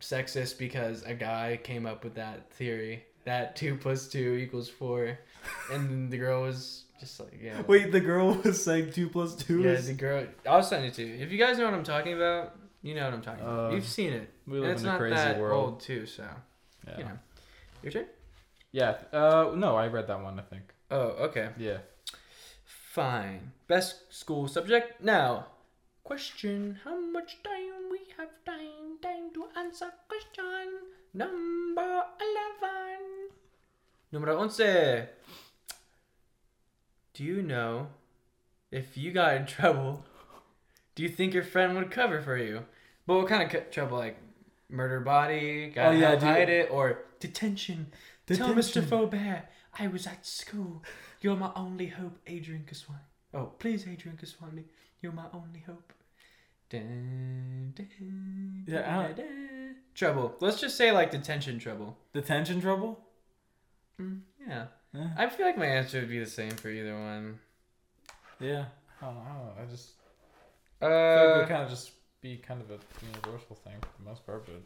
sexist because a guy came up with that theory that two plus two equals four, and the girl was just like yeah. Wait, the girl was saying two plus two. Yeah, is... the girl. I'll send it to you. If you guys know what I'm talking about, you know what I'm talking about. Uh, You've seen it. We And live it's in a not crazy that world. old too, so Yeah. you know. Your turn. Yeah. Uh, no, I read that one. I think. Oh, okay. Yeah. Fine. Best school subject now. Question: How much time we have time? Time to answer question number eleven. Numero once. Do you know if you got in trouble? Do you think your friend would cover for you? But what kind of c- trouble? Like murder body? Gotta Oh, yeah, help do you- hide it or detention? Tell Mr. Detention. Faubert I was at school. You're my only hope, Adrian Kaswani. Oh, please, Adrian Kaswani. You're my only hope. Dun, dun, Yeah, I don't- dun, dun. Trouble. Let's just say like detention trouble. Detention trouble. Mm, yeah. Yeah. I feel like my answer would be the same for either one. Yeah. Oh, I don't know. I, don't know. I just I feel like it Uh, would kind of just be kind of a universal thing for the most part, but I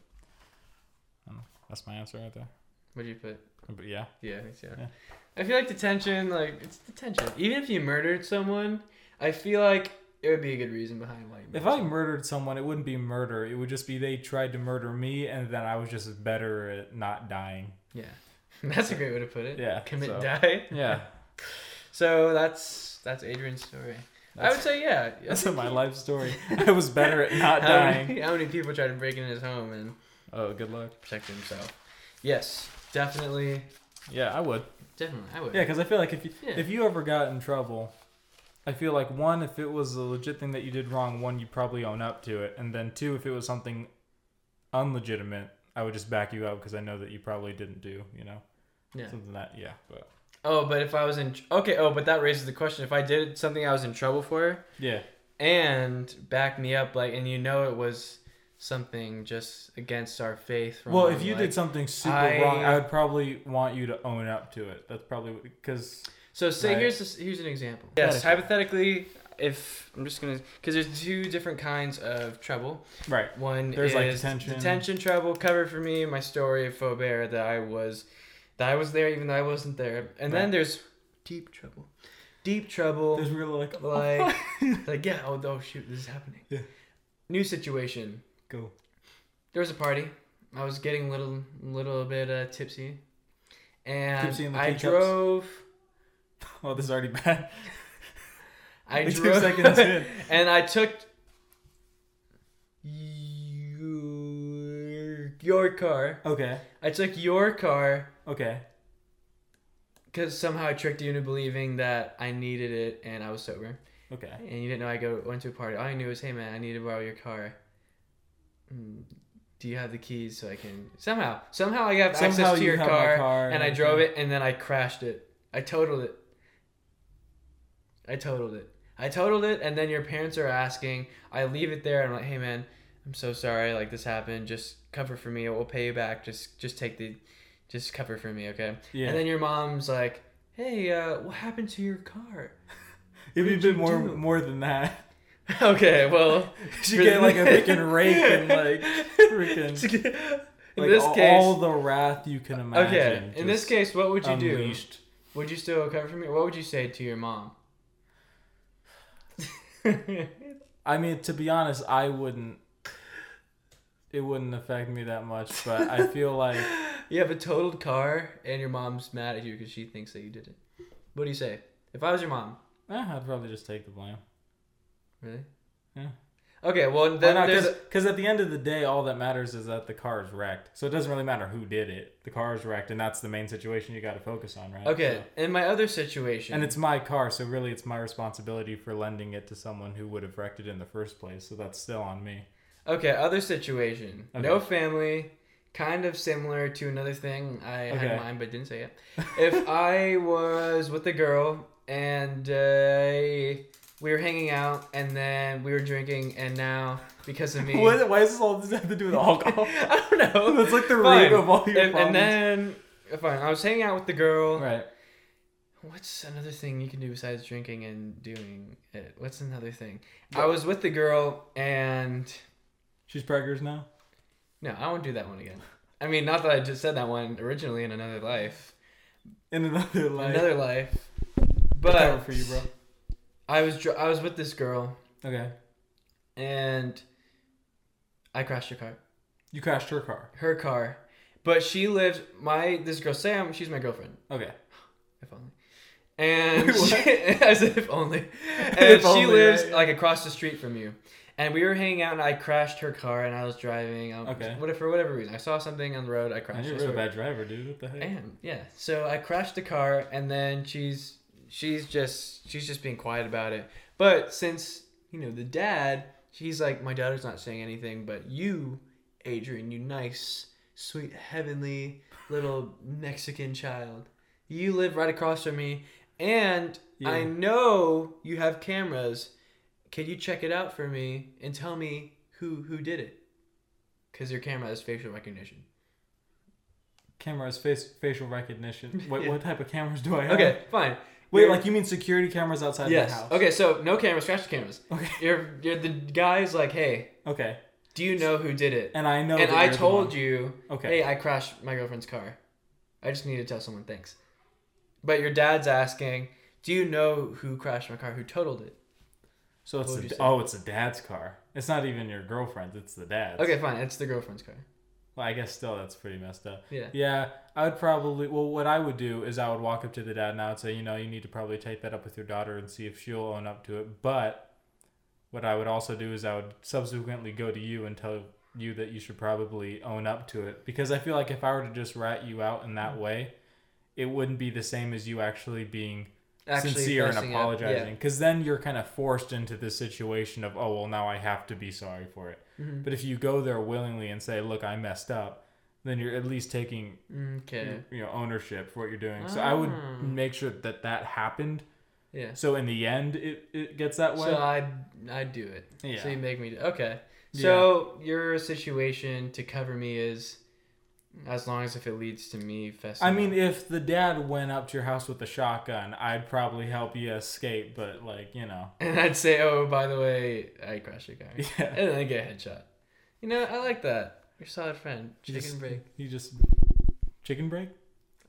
don't know. that's my answer right there. what do you put? But yeah, Yeah, me too. Yeah. I feel like detention, like it's detention. Even if you murdered someone, I feel like it would be a good reason behind like. if I murdered someone, it wouldn't be murder. It would just be they tried to murder me, and then I was just better at not dying. Yeah, that's a great way to put it. Yeah, commit so- die. Yeah, So that's that's Adrian's story. I would that's, say yeah. I that's think my he- life story. I was better at not how dying. Many, how many people tried to break into his home and Oh, good luck. protect himself? Yes, definitely, Yeah, I would. definitely. I would. Yeah, because I feel like if you Yeah. if you ever got in trouble, I feel like one, if it was a legit thing that you did wrong, one you probably own up to it, and then two, if it was something unlegitimate, I would just back you up because I know that you probably didn't do, you know, Yeah. something that yeah, but Oh, but if I was in okay. Oh, but that raises the question: if I did something I was in trouble for yeah, and back me up, like, and you know it was something just against our faith. well, if you like- did something super I- wrong, I would probably want you to own up to it. That's probably because So say Right. here's this, here's an example. Yes, Hypothetical. hypothetically, if I'm just gonna because there's two different kinds of trouble. right, One There's, is like, detention. trouble. Cover for me my story of Faubert that I was that I was there even though I wasn't there. And then Right. there's deep trouble. Deep trouble. there's really like oh, like like yeah oh, oh shoot this is happening. Yeah. New situation. go There was a party. I was getting a little little bit uh, tipsy, and Tipsy in the I teacups? drove. well, Oh, this is already bad. I Two drove. seconds in. and I took your, your car. Okay, I took your car okay, because somehow I tricked you into believing that I needed it and I was sober, Okay. and you didn't know I go went to a party. All I knew was, hey man, I need to borrow your car. Mm, do you have the keys so I can somehow somehow I got Somehow access to you your have car, my car and I and- drove it and then I crashed it. I totaled it. I totaled it. I totaled it and then your parents are asking. I leave it there and I'm like, hey man, I'm so sorry like this happened. Just cover for me. We'll pay you back. Just just take the just cover for me, okay? Yeah. And then your mom's like, hey, uh, what happened to your car? It'd be a did you bit more do? more than that. okay, well. She get like a freaking rake and like freaking in like, this all, case, all the wrath you can imagine. okay. In this just case, what would you unleashed. do? Would you still cover for me? What would you say to your mom? I mean, to be honest, I wouldn't. It wouldn't affect me that much, but I feel like eh, you have a totaled car, and your mom's mad at you because she thinks that you did it. What do you say? If I was your mom, eh, I'd probably just take the blame. really? Yeah. Okay, well then there's Because at the end of the day, all that matters is that the car is wrecked. So it doesn't really matter who did it. The car is wrecked, and that's the main situation you got to focus on, right? okay. So- In my other situation, and it's my car, so really it's my responsibility for lending it to someone who would have wrecked it in the first place. So that's still on me. Okay, other situation. No Okay. family, kind of similar to another thing I had Okay. in mind but didn't say it. if I was with a girl and uh, we were hanging out and then we were drinking and now because of me. What, why does this all this have to do with alcohol? I don't know. That's like the root Fine. of all your If- problems. And then, uh, fine, I was hanging out with the girl. right. What's another thing you can do besides drinking and doing it? What's another thing? I was with the girl and. She's preggers now? No, I won't do that one again. I mean, not that I just said that one originally in another life, In another life. another life. It's over But for you, bro. I was dr- I was with this girl Okay. and I crashed her car, You crashed her car. her car. But she lived my this girl Sam. She's my girlfriend. Okay. If only. And Wait, what? she- as if only. And If she only, lives right? like across the street from you. And we were hanging out, and I crashed her car, and I was driving. Um, Okay. What for whatever reason, I saw something on the road. I Man, crashed. you're I a real swear. bad driver, dude. What the heck? And yeah, so I crashed the car, and then she's she's just she's just being quiet about it. But since you know the dad, she's like, my daughter's not saying anything, but you, Adrian, you nice, sweet, heavenly little Mexican child, you live right across from me, and I Yeah. know you have cameras. Can you check it out for me and tell me who who did it? Because your camera has facial recognition. Cameras, face, facial recognition. What, Yeah. what type of cameras do I have? Okay, fine. Uh-huh. Wait, You're- like you mean security cameras outside Yes. the house? Okay, so no cameras, scratch the cameras. Okay. You're, you're the guy's like, hey, Okay. do you know who did it? And I know. And that I you're the told one. you, Okay. hey, I crashed my girlfriend's car. I just need to tell someone thanks. But your dad's asking, do you know who crashed my car, who totaled it? So it's What would you a, say? oh, it's a dad's car. It's not even your girlfriend's. It's the dad's. Okay, fine, it's the girlfriend's car. Well, I guess still that's pretty messed up. Yeah. Yeah, I would probably. Well, what I would do is I would walk up to the dad and I would say, you know, you need to probably take that up with your daughter and see if she'll own up to it. But what I would also do is I would subsequently go to you and tell you that you should probably own up to it because I feel like if I were to just rat you out in that way, it wouldn't be the same as you actually being Actually sincere and fessing up, yeah. apologizing because then you're kind of forced into this situation of oh well now i have to be sorry for it Mm-hmm. but if you go there willingly and say look i messed up then you're at least taking Okay. you know ownership for what you're doing so i would Mm. Ah. make sure that that happened Yeah. so in the end it, it gets that way So I'd, I'd do it. Yeah. So you make me do Okay. So your situation to cover me is as long as if it leads to me fessing i mean up. if the dad went up to your house with a shotgun i'd probably help you escape but like you know And I'd say, oh, by the way, I crashed your car. Yeah. And then I get a headshot. You know, I like that. You're a solid friend. you Shake just- and break. you just chicken break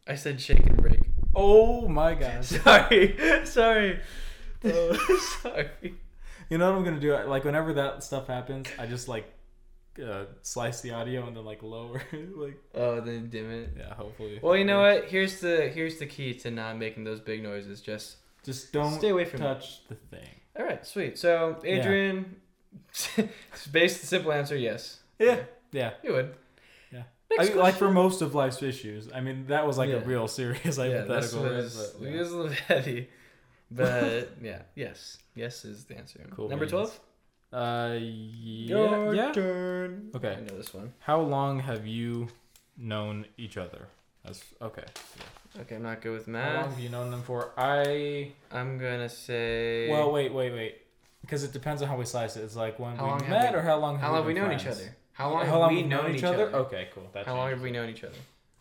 I said shake and break. oh my gosh Sorry. sorry. Oh, sorry. You know what I'm gonna do? Like whenever that stuff happens, I just like uh, slice the audio and then like lower, it, like Oh, then dim it. yeah. Hopefully. Well, you know what? Here's the here's the key to not making those big noises. Just Just don't stay away from it. touch the thing. All right, sweet. So, Yeah. Adrian, based the simple answer, yes. Yeah. Yeah. You would. Yeah. I, Next like for question. most of life's issues. I mean, that was like a Yeah. real serious yeah, that's hypothetical. what it right? is. But, It yeah. is a little heavy, but yeah, yes, yes is the answer. Cool Number beans. twelve. Uh, yeah, Your yeah. turn. Okay. I know this one. How long have you known each other? As okay, Okay, I'm not good with how long math. have you known them for? I I'm gonna say. well, wait, wait, wait, because it depends on how we slice it. It's like when How long we have met we- or how long have how long have we been known each friends? other? How long How have long we we've known each other? Okay, cool. That How long changes have we it. known each other?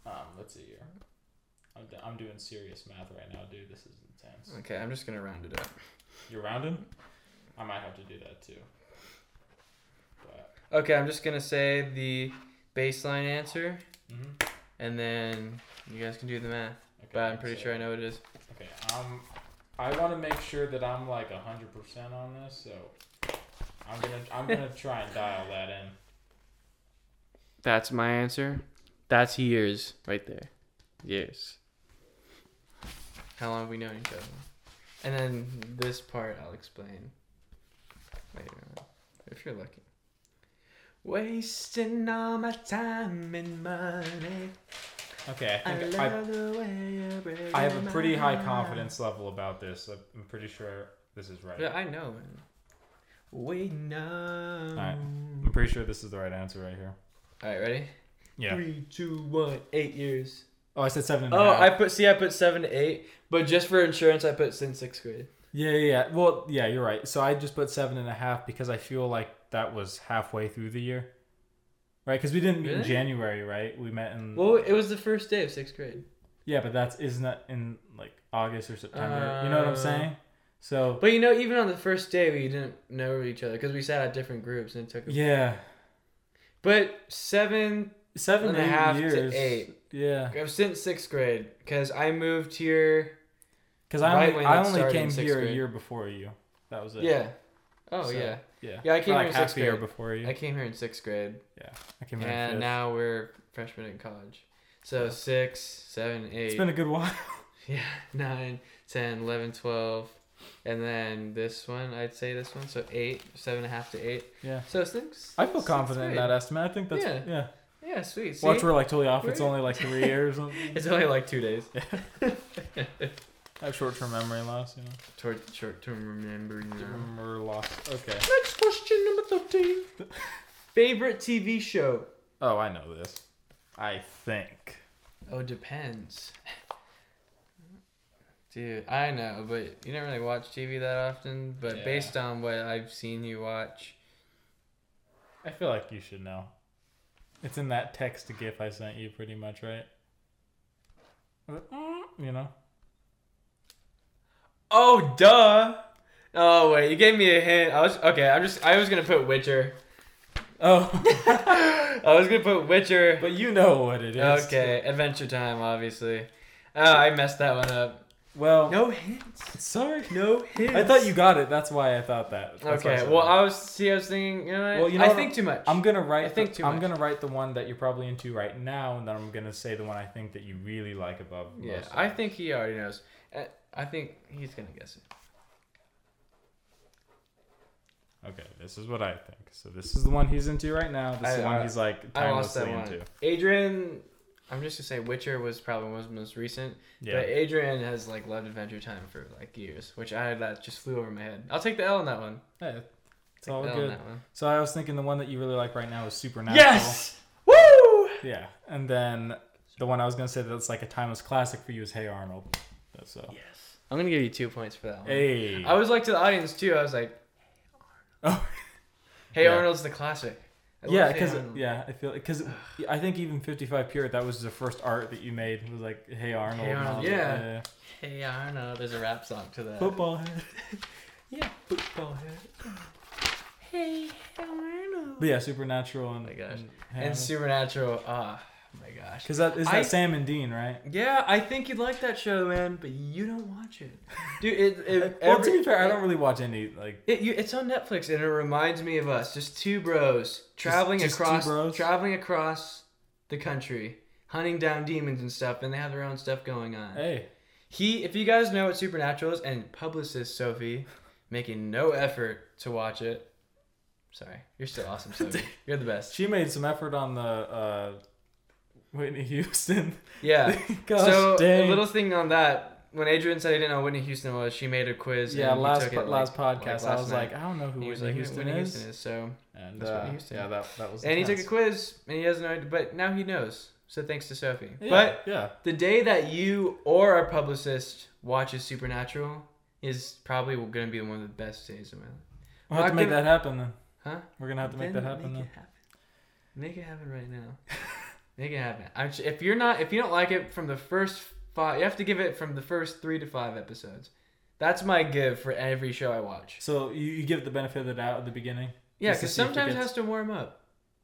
Um, let's see here. I'm, d- I'm doing serious math right now, dude. This is intense. Okay, I'm just gonna round it up. You're rounding? I might have to do that too. But Okay, I'm just gonna say the baseline answer, mhm. and then you guys can do the math. okay, But I'm pretty so- sure I know what it is. Okay, um, I want to make sure that I'm like hundred percent on this, so I'm gonna I'm gonna try and dial that in. That's my answer. That's years right there. Years. How long have we known each other? And then this part I'll explain later on, if you're lucky. Wasting all my time and money. Okay, I I think I, love the way you break I have a my pretty high heart. confidence level about this. I'm- I'm pretty sure this is right. Yeah, I know, man. We know. Alright. I'm pretty sure this is the right answer right here. All right, ready? Yeah. Three, two, one. Eight years. Oh, I said seven and a Oh, half. I put see, I put seven to eight, but just for insurance, I put since sixth grade. Yeah, yeah, yeah. Well, yeah, you're right. So I just put seven and a half because I feel like that was halfway through the year, right? Because we didn't meet in Really? January, right? We met in Well, it was the first day of sixth grade. yeah, but that's isn't that in like August or September? you know what I'm Uh, saying? So But you know, even on the first day, we didn't know each other because we sat at different groups and it took. A, yeah, But seven seven and a eight half to years. eight. Yeah, since sixth grade, because I moved here. because I Right only, when I it only started in came sixth here a grade. year before you. That was it. Yeah. Oh So, yeah. yeah. Yeah, I came here Or, like in half sixth a year grade. before you. I came here in sixth grade, yeah, I came here. in and fifth. now we're freshmen in college. So Yeah. six, seven, eight. it's been a good while. Yeah, 9, 10, 11, 12. And then this one, I'd say this one. So 8, 7.5 to 8. Yeah, So six. I feel sixth confident in grade. that estimate. I think that's Yeah. yeah. Yeah, sweet. See? Watch, we're like totally off. It's Right. only like three years. I It's only like two days. have short term memory loss, you know. Short, short term remembering now. Memory loss. Okay. Next question, number 13. Favorite TV show? Oh, I know this. I think. Oh, depends. Dude, I know, but you don't really watch TV that often. But Yeah. based on what I've seen you watch, I feel like you should know. It's in that text gif I sent you, pretty much, right? You know. Oh duh. Oh wait, you gave me a hint. I was okay. I'm just. I was gonna put Witcher. Oh, I was gonna put Witcher. but you know what it is. Okay, Adventure Time, obviously. Oh, I messed that one up. Well, No hints. sorry. No hints. I thought you got it. That's why I thought that. That's why I Okay. said Well, that. I was. See, I was thinking. You know what? Well, you know I what? think too much. I'm gonna write. I think the, too I'm much. gonna write the one that you're probably into right now, and then I'm gonna say the one I think that you really like above. Yeah, most of I them. think he already knows. Uh, I think he's gonna guess it. Okay, this is what I think. So this is the one he's into right now. This is the I- one I- he's like I lost that timelessly one. into. Adrian. I'm just gonna say Witcher was probably one of the most recent. Yeah. But Adrian has like loved Adventure Time for like years, which I that just flew over my head. I'll take the L on that one. Hey, it's Take all the L on good. that one. So I was thinking the one that you really like right now is Supernatural. Yes! Woo! Yeah, and then the one I was gonna say that's like a timeless classic for you is Hey Arnold. That's so. Yes. I'm gonna give you two points for that one. Hey. I was like to the audience too. I was like, Oh. Hey Yeah. Arnold's the classic. I love yeah, Hey because Arnold. yeah, I feel because I think even 55 Pure that was the first art that you made It was like Hey Arnold. and Arnold, all yeah. that. Hey Arnold, there's a rap song to that. Football head. Yeah, football head. Hey Arnold. Oh But yeah, Supernatural and my gosh. and And Supernatural. Ah, my gosh. because that is that I- Sam and Dean, right? Yeah, I think you'd like that show, man, but you don't watch it, dude. It, it well, every- to be fair, I don't really watch any like It, you, it's on Netflix and it reminds me of us, just two bros traveling just two across bros? traveling across the country, hunting down demons and stuff, and they have their own stuff going on. Hey, He, if you guys know what Supernatural is, and publicist Sophie, making no effort to watch it. Sorry, you're still awesome, Sophie. You're the best. she made some effort on the uh, Whitney Houston. Yeah. Gosh so dang. a little thing on that. When Adrian said he didn't know Whitney Houston was, she made a quiz. yeah, and he last took it, po- like- last like, podcast, I last was night. like, I don't know who And he was Whitney like, Houston Whitney is. Houston is. So And That's uh, Whitney Houston. yeah, that that was. and he took a intense. quiz and he doesn't know, but now he knows. So thanks to Sophie. Yeah. But Yeah, The day that you or our publicist watches Supernatural is probably going to be one of the best days of my life. We'll have Not to make gonna- that happen then. Huh? We're gonna have to make Then that happen Make then. it happen. Make it happen right now. make it happen. I'm, sh- if you're not, if you don't like it from the first five, you have to give it from the first three to five episodes. That's my give for every show I watch. So you, you give it the benefit of the doubt at the beginning. Yeah, Just to because see if it sometimes it gets- has to warm up.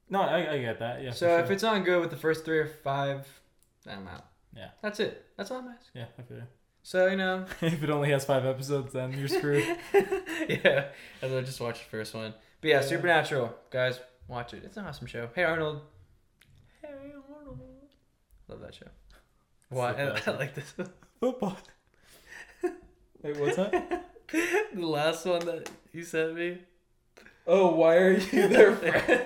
No, I, I get that. Yeah. for so if sure. it's not good with the first three or five, then I'm out. Yeah. That's it. That's all I'm asking. yeah, I feel you. So you know, if it only has five episodes, then you're screwed. yeah, as I just watched the first one. But yeah, Yeah. Supernatural, guys, watch it. It's an awesome show. Hey Arnold. Hey Arnold. Love that show. Why? best I like this. Football. Wait, what's that? the last one that you sent me. Oh, why are you there? Frank?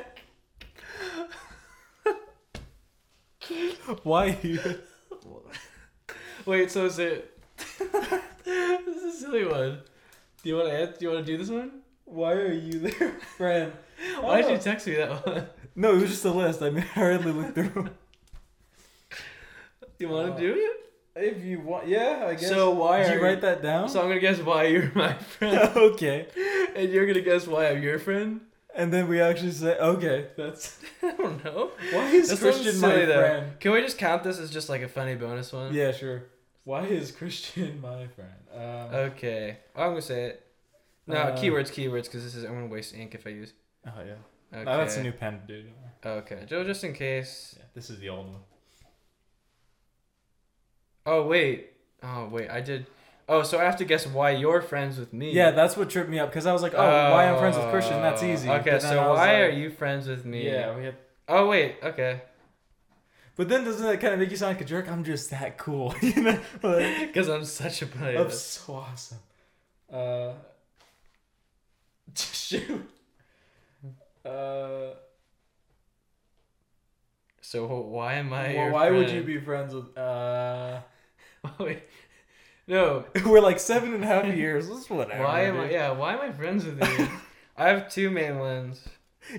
why are you? Wait, so is it? this is a silly one. Do you want to? Do you want to do this one? Why are you there, friend? Why did you text me that one? No, it was just a list. I mean, I hardly looked through. Do you want Oh. to do it? If you want, yeah, I So why Did are you write that down? So I'm gonna guess why you're my friend, okay. and you're gonna guess why I'm your friend. And then we actually say, okay, that's I don't know. why is This one's Christian my silly, though. friend? Can we just count this as just like a funny bonus one? Yeah, sure. Why is Christian my friend? Um, Okay. Oh, I'm gonna say it. No, Uh, keywords, keywords, because this is I'm gonna waste ink if I use. oh yeah. Okay. No, that's a new pen, dude. Don't worry. Okay, Joe, just in case. yeah, this is the old one. Oh wait. Oh wait, I did. Oh, so I have to guess why you're friends with me. Yeah, that's what tripped me up because I was like, oh, why I'm friends with Christian? That's Oh, easy. Okay, But then I so was why like- are you friends with me? Yeah, we had. Oh wait. Okay. But then doesn't that kind of make you sound like a jerk? I'm just that cool, you know? Like, Because I'm such a player. I'm so awesome. Uh, shoot. Uh, So why am I? well, your why would you friend? be friends with? Uh, Wait. No. we're like seven and a half years. That's whatever. Why am I? dude. Yeah. Why am I friends with you? I have two main ones.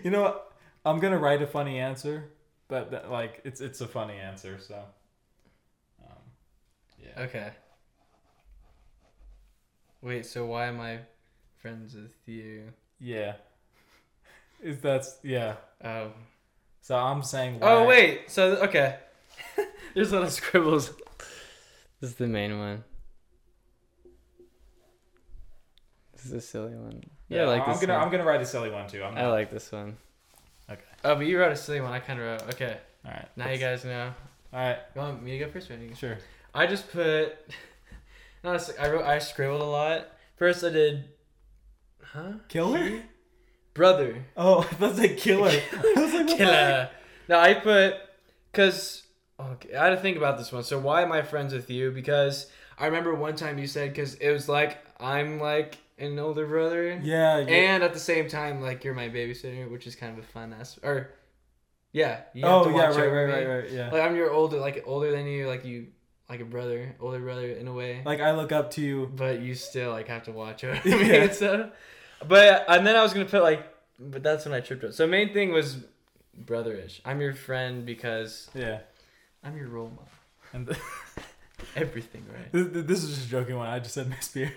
You know, what? I'm gonna write a funny answer, but that, like it's it's a funny answer. So, um, Yeah, Okay. Wait, so why am I friends with you? yeah. Is that's yeah. Oh. So I'm saying. Oh why- wait, so okay. There's a lot of scribbles. This is the main one. This is a silly one. Yeah, I like I'm this gonna one. I'm gonna write a silly one too. I'm I like this one. Okay. Oh, but you wrote a silly one. I kind of wrote. Okay, All right. now you guys know. All right. You want me to go first? Or you? Sure. I just put. No, it's- I wrote. I scribbled a lot. First, I did. Huh? Killer? Brother. Oh, that's a killer. I was like, what the heck? Killer. No, I put because okay, I had to think about this one. So why am I friends with you? Because I remember one time you said because it was like I'm like an older brother, Yeah. you- and at the same time like you're my babysitter, which is kind of a fun ass. Or yeah, you have oh to yeah. watch Right. over Right. me. Right. Right. Yeah. Like I'm your older, like older than you, like you, like a brother, older brother in a way Like I look up to you. but you still like have to watch over me Yeah. and stuff. But and then I was gonna put like, but that's when I tripped up. So main thing was brotherish. I'm your friend because Yeah. I'm your role model. And th- Everything, right? this, this is just a joking one. I just said Miss Beer.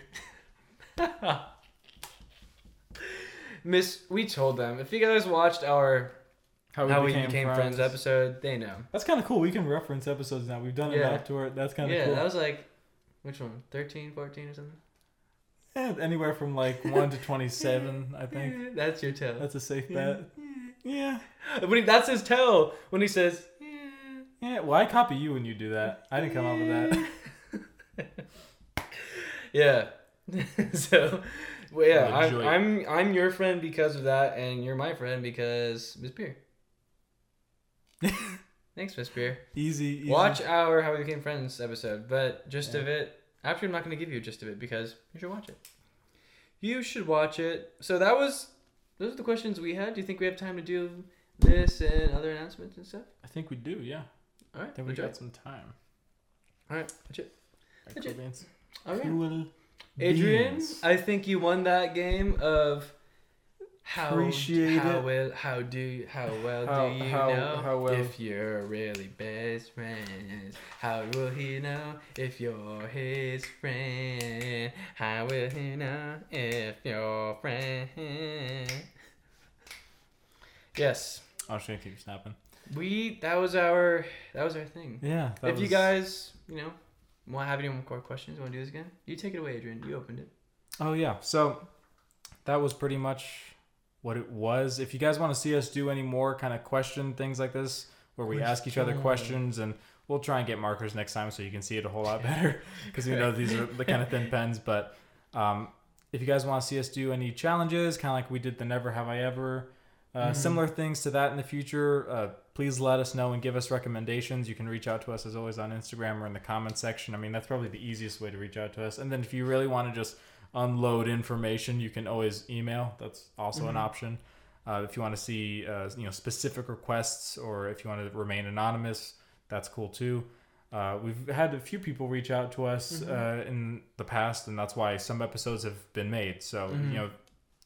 Miss, we told them if you guys watched our how we, became, friends. episode, they know. That's kind of cool. We can reference episodes now. We've done it Yeah. enough to where that's kind of Yeah, cool. that was like, which one? 13, 14 or something. Yeah, Eh, anywhere from like one to twenty-seven, I think. That's your toe. That's a safe bet. Yeah. when he, that's his toe when he says. Yeah. Well, I copy you when you do that. I didn't come up with that. Yeah. so, well, yeah, Oh, I'm, joy. I'm I'm your friend because of that, and you're my friend because Miss Beer. Thanks, Miss Beer. Easy. easy. Watch our How We Became Friends episode, but just of it. Actually, I'm not going to give you just of it because you should watch it. You should watch it. So that was those are the questions we had. Do you think we have time to do this and other announcements and stuff? I think we do. Yeah. All right. Then we enjoy. got some time. All right. That's it. Alright, That's cool it. beans. All right. Cool Adrian, uh, beans. I think you won that game of how Appreciate how it. well how do how well How- do you how- know how well- if you're really best friends? How will he know if you're his friend? How will he know if you're friend? Yes, I'm just gonna Oh, keep snapping. we that was our that was our thing. Yeah. that if you was- guys you know want have any more questions, want to do this again? You take it away, Adrian. You opened it. Oh yeah. So that was pretty much what it was. If you guys want to see us do any more kind of question things like this, where we We're ask each other trying. questions, and we'll try and get markers next time so you can see it a whole lot better, because we know these are the kind of thin pens. But um, if you guys want to see us do any challenges, kind of like we did the Never Have I Ever. Uh, Mhm. Similar things to that in the future. Uh, please let us know and give us recommendations. You can reach out to us as always on Instagram or in the comment section. I mean, that's probably the easiest way to reach out to us. And then if you really want to just unload information, you can always email. That's also an Mhm. option. Uh, if you want to see uh, you know specific requests or if you want to remain anonymous, that's cool too. Uh, we've had a few people reach out to us Mm-hmm. uh, in the past, and that's why some episodes have been made. So Mhm. you know,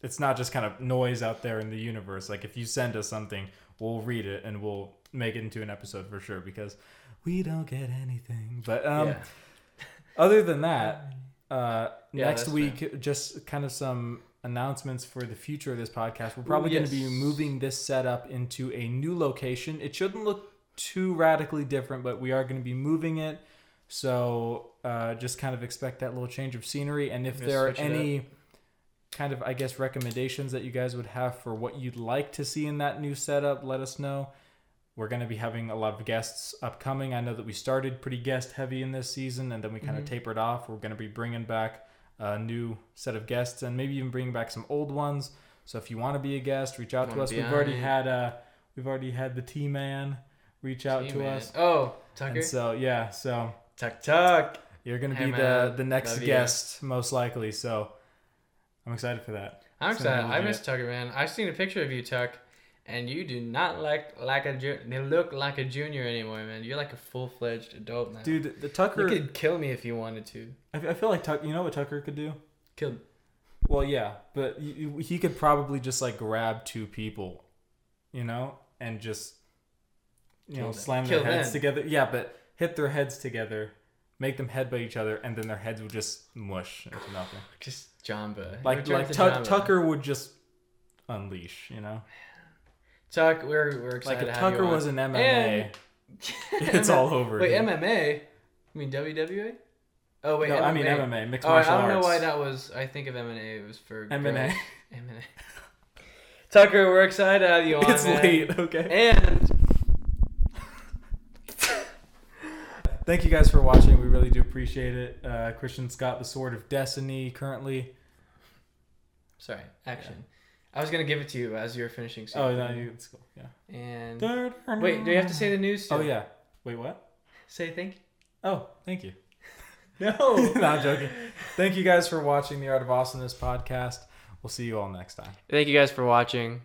it's not just kind of noise out there in the universe. Like if you send us something, we'll read it and we'll make it into an episode for sure because we don't get anything. But um, yeah. other than that, uh, Yeah, next that's week, just kind of some announcements for the future of this podcast. We're probably going to be yes. moving this setup into a new location. It shouldn't look too radically different, but we are going to be moving it. So uh, just kind of expect that little change of scenery. And if Gonna there are switch it any kind of, I guess, recommendations that you guys would have for what you'd like to see in that new setup, let us know. We're going to be having a lot of guests upcoming. I know that we started pretty guest heavy in this season and then we kind of Mhm. tapered off. We're going to be bringing back a new set of guests and maybe even bringing back some old ones. So if you want to be a guest, reach out to Wanna us. be We've on already it. had uh we've already had the T man reach out Gee, to man. us. Oh, Tucker. And so yeah, so Tuck Tuck. you're going to Hey, be the man. the next Love you. guest most likely. So I'm excited for that. I'm It's gonna excited. be I legit. miss Tucker, man. I've seen a picture of you, Tuck, and you do not like like a ju- they look like a junior anymore, man. You're like a full fledged adult now. Dude, the you Tucker could kill me if you wanted to. I I feel like Tucker, you know what Tucker could do? Kill. Well, yeah, but y- y- he could probably just like grab two people, you know, and just you Kill know them. slam Kill their heads them. together. Yeah, but hit their heads together, make them headbutt each other, and then their heads would just mush into nothing. Just Jamba. Like Return like to Tuck Jamba. Tucker would just unleash, you know. Tuck, we're we're excited. Like if to have Tucker you on. was an MMA, And- it's all over. Wait, dude. MMA? You mean WWA? Oh wait, no, MMA. I mean MMA, mixed Oh, I martial don't know why arts. that was. I think of MMA. It was for MMA. girls. MMA. Tucker, we're excited to have you on. it's man. late. Okay. And Thank you guys for watching. We really do appreciate it. Uh, Christian Scott, the Sword of Destiny, currently. sorry, action. I was gonna give it to you as you were finishing. Oh, no, you, it's cool. Yeah. And Wait, wait, do you have to say the news? Still? Oh yeah. Wait, what? Say thank you. Oh, thank you. No. no, I'm joking. Thank you guys for watching the Art of Awesomeness podcast. We'll see you all next time. Thank you guys for watching.